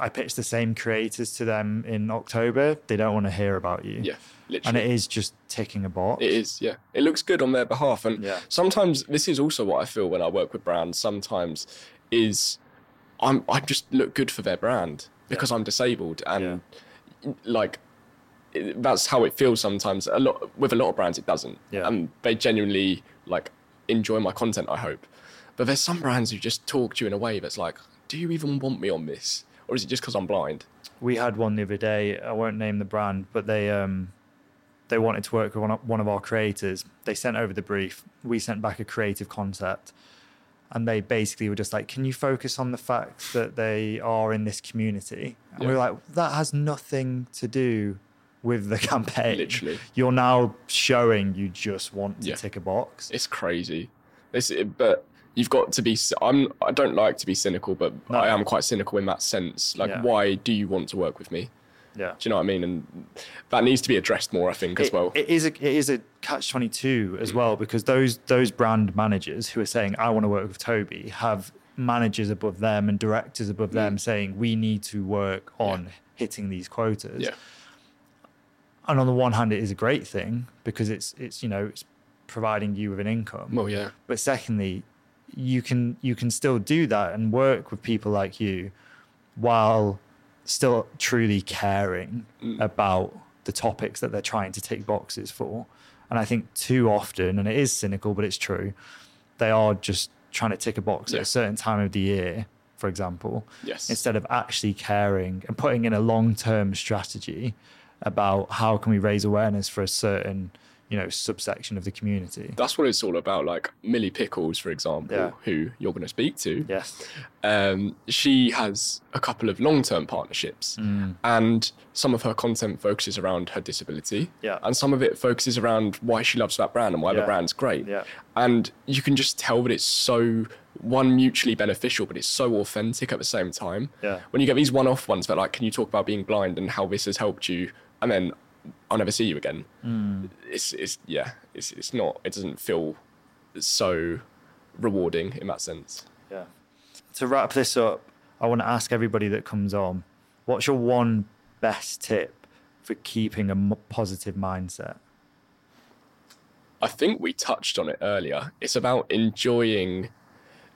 I pitch the same creators to them in October. They don't want to hear about you.
yeah, literally.
And it is just ticking a box.
It is, yeah. It looks good on their behalf. And
Yeah.
sometimes this is also what I feel when I work with brands, sometimes is I'm I just look good for their brand because I'm disabled and like it, that's how it feels sometimes. A lot with a lot of brands it doesn't.
Yeah.
And they genuinely like enjoy my content, I hope. But there's some brands who just talk to you in a way that's like, do you even want me on this? Or is it just because I'm blind?
we had one the other day. I won't name the brand, but they um, they wanted to work with one of, one of our creators. They sent over the brief. We sent back a creative concept, and they basically were just like, "Can you focus on the fact that they are in this community?" And we were
Yeah.
like, "That has nothing to do." With the *laughs* campaign,
Literally.
you're now showing you just want to
Yeah.
tick a box.
It's crazy. This, but you've got to be. c- I'm. I don't like to be cynical, but
No.
I am quite cynical in that sense. Like,
Yeah.
why do you want to work with me?
Yeah,
Do you know what I mean? And that needs to be addressed more, I think, as
It-
well.
It is a it is a catch twenty two as well because those those brand managers who are saying I want to work with Toby have managers above them and directors above
Mm.
them saying we need to work on hitting these quotas.
yeah,
And on the one hand, it is a great thing because it's it's you know it's providing you with an income.
well, yeah,
but secondly, you can you can still do that and work with people like you while still truly caring
Mm.
about the topics that they're trying to tick boxes for. And I think too often, and it is cynical, but it's true, they are just trying to tick a box at
Yeah.
a certain time of the year, for example,
yes,
instead of actually caring and putting in a long term strategy about how can we raise awareness for a certain, you know, subsection of the community.
that's what it's all about. Like Millie Pickles, for example,
Yeah.
who you're going to speak to.
Yes.
um, she has a couple of long-term partnerships,
Mm.
and some of her content focuses around her disability,
Yeah.
and some of it focuses around why she loves that brand and why the
Yeah.
brand's great.
Yeah.
And you can just tell that it's so one mutually beneficial, but it's so authentic at the same time.
Yeah.
When you get these one-off ones that like, can you talk about being blind and how this has helped you, and then I'll never see you again.
Mm.
It's it's yeah, it's it's not. It doesn't feel so rewarding in that sense.
Yeah. To wrap this up, I want to ask everybody that comes on, what's your one best tip for keeping a m- positive mindset?
I think we touched on it earlier. It's about enjoying.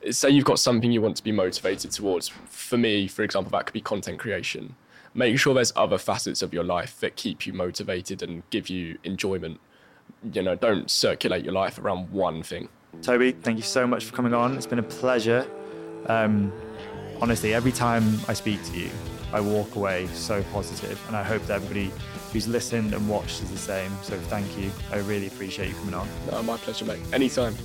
Say you've got something you want to be motivated towards. For me, for example, that could be content creation. Make sure there's other facets of your life that keep you motivated and give you enjoyment. You know, don't circulate your life around one thing.
Toby, thank you so much for coming on. It's been a pleasure. Um, honestly, every time I speak to you, I walk away so positive, and I hope that everybody who's listened and watched is the same. So thank you. I really appreciate you coming on.
No, my pleasure, mate. Anytime.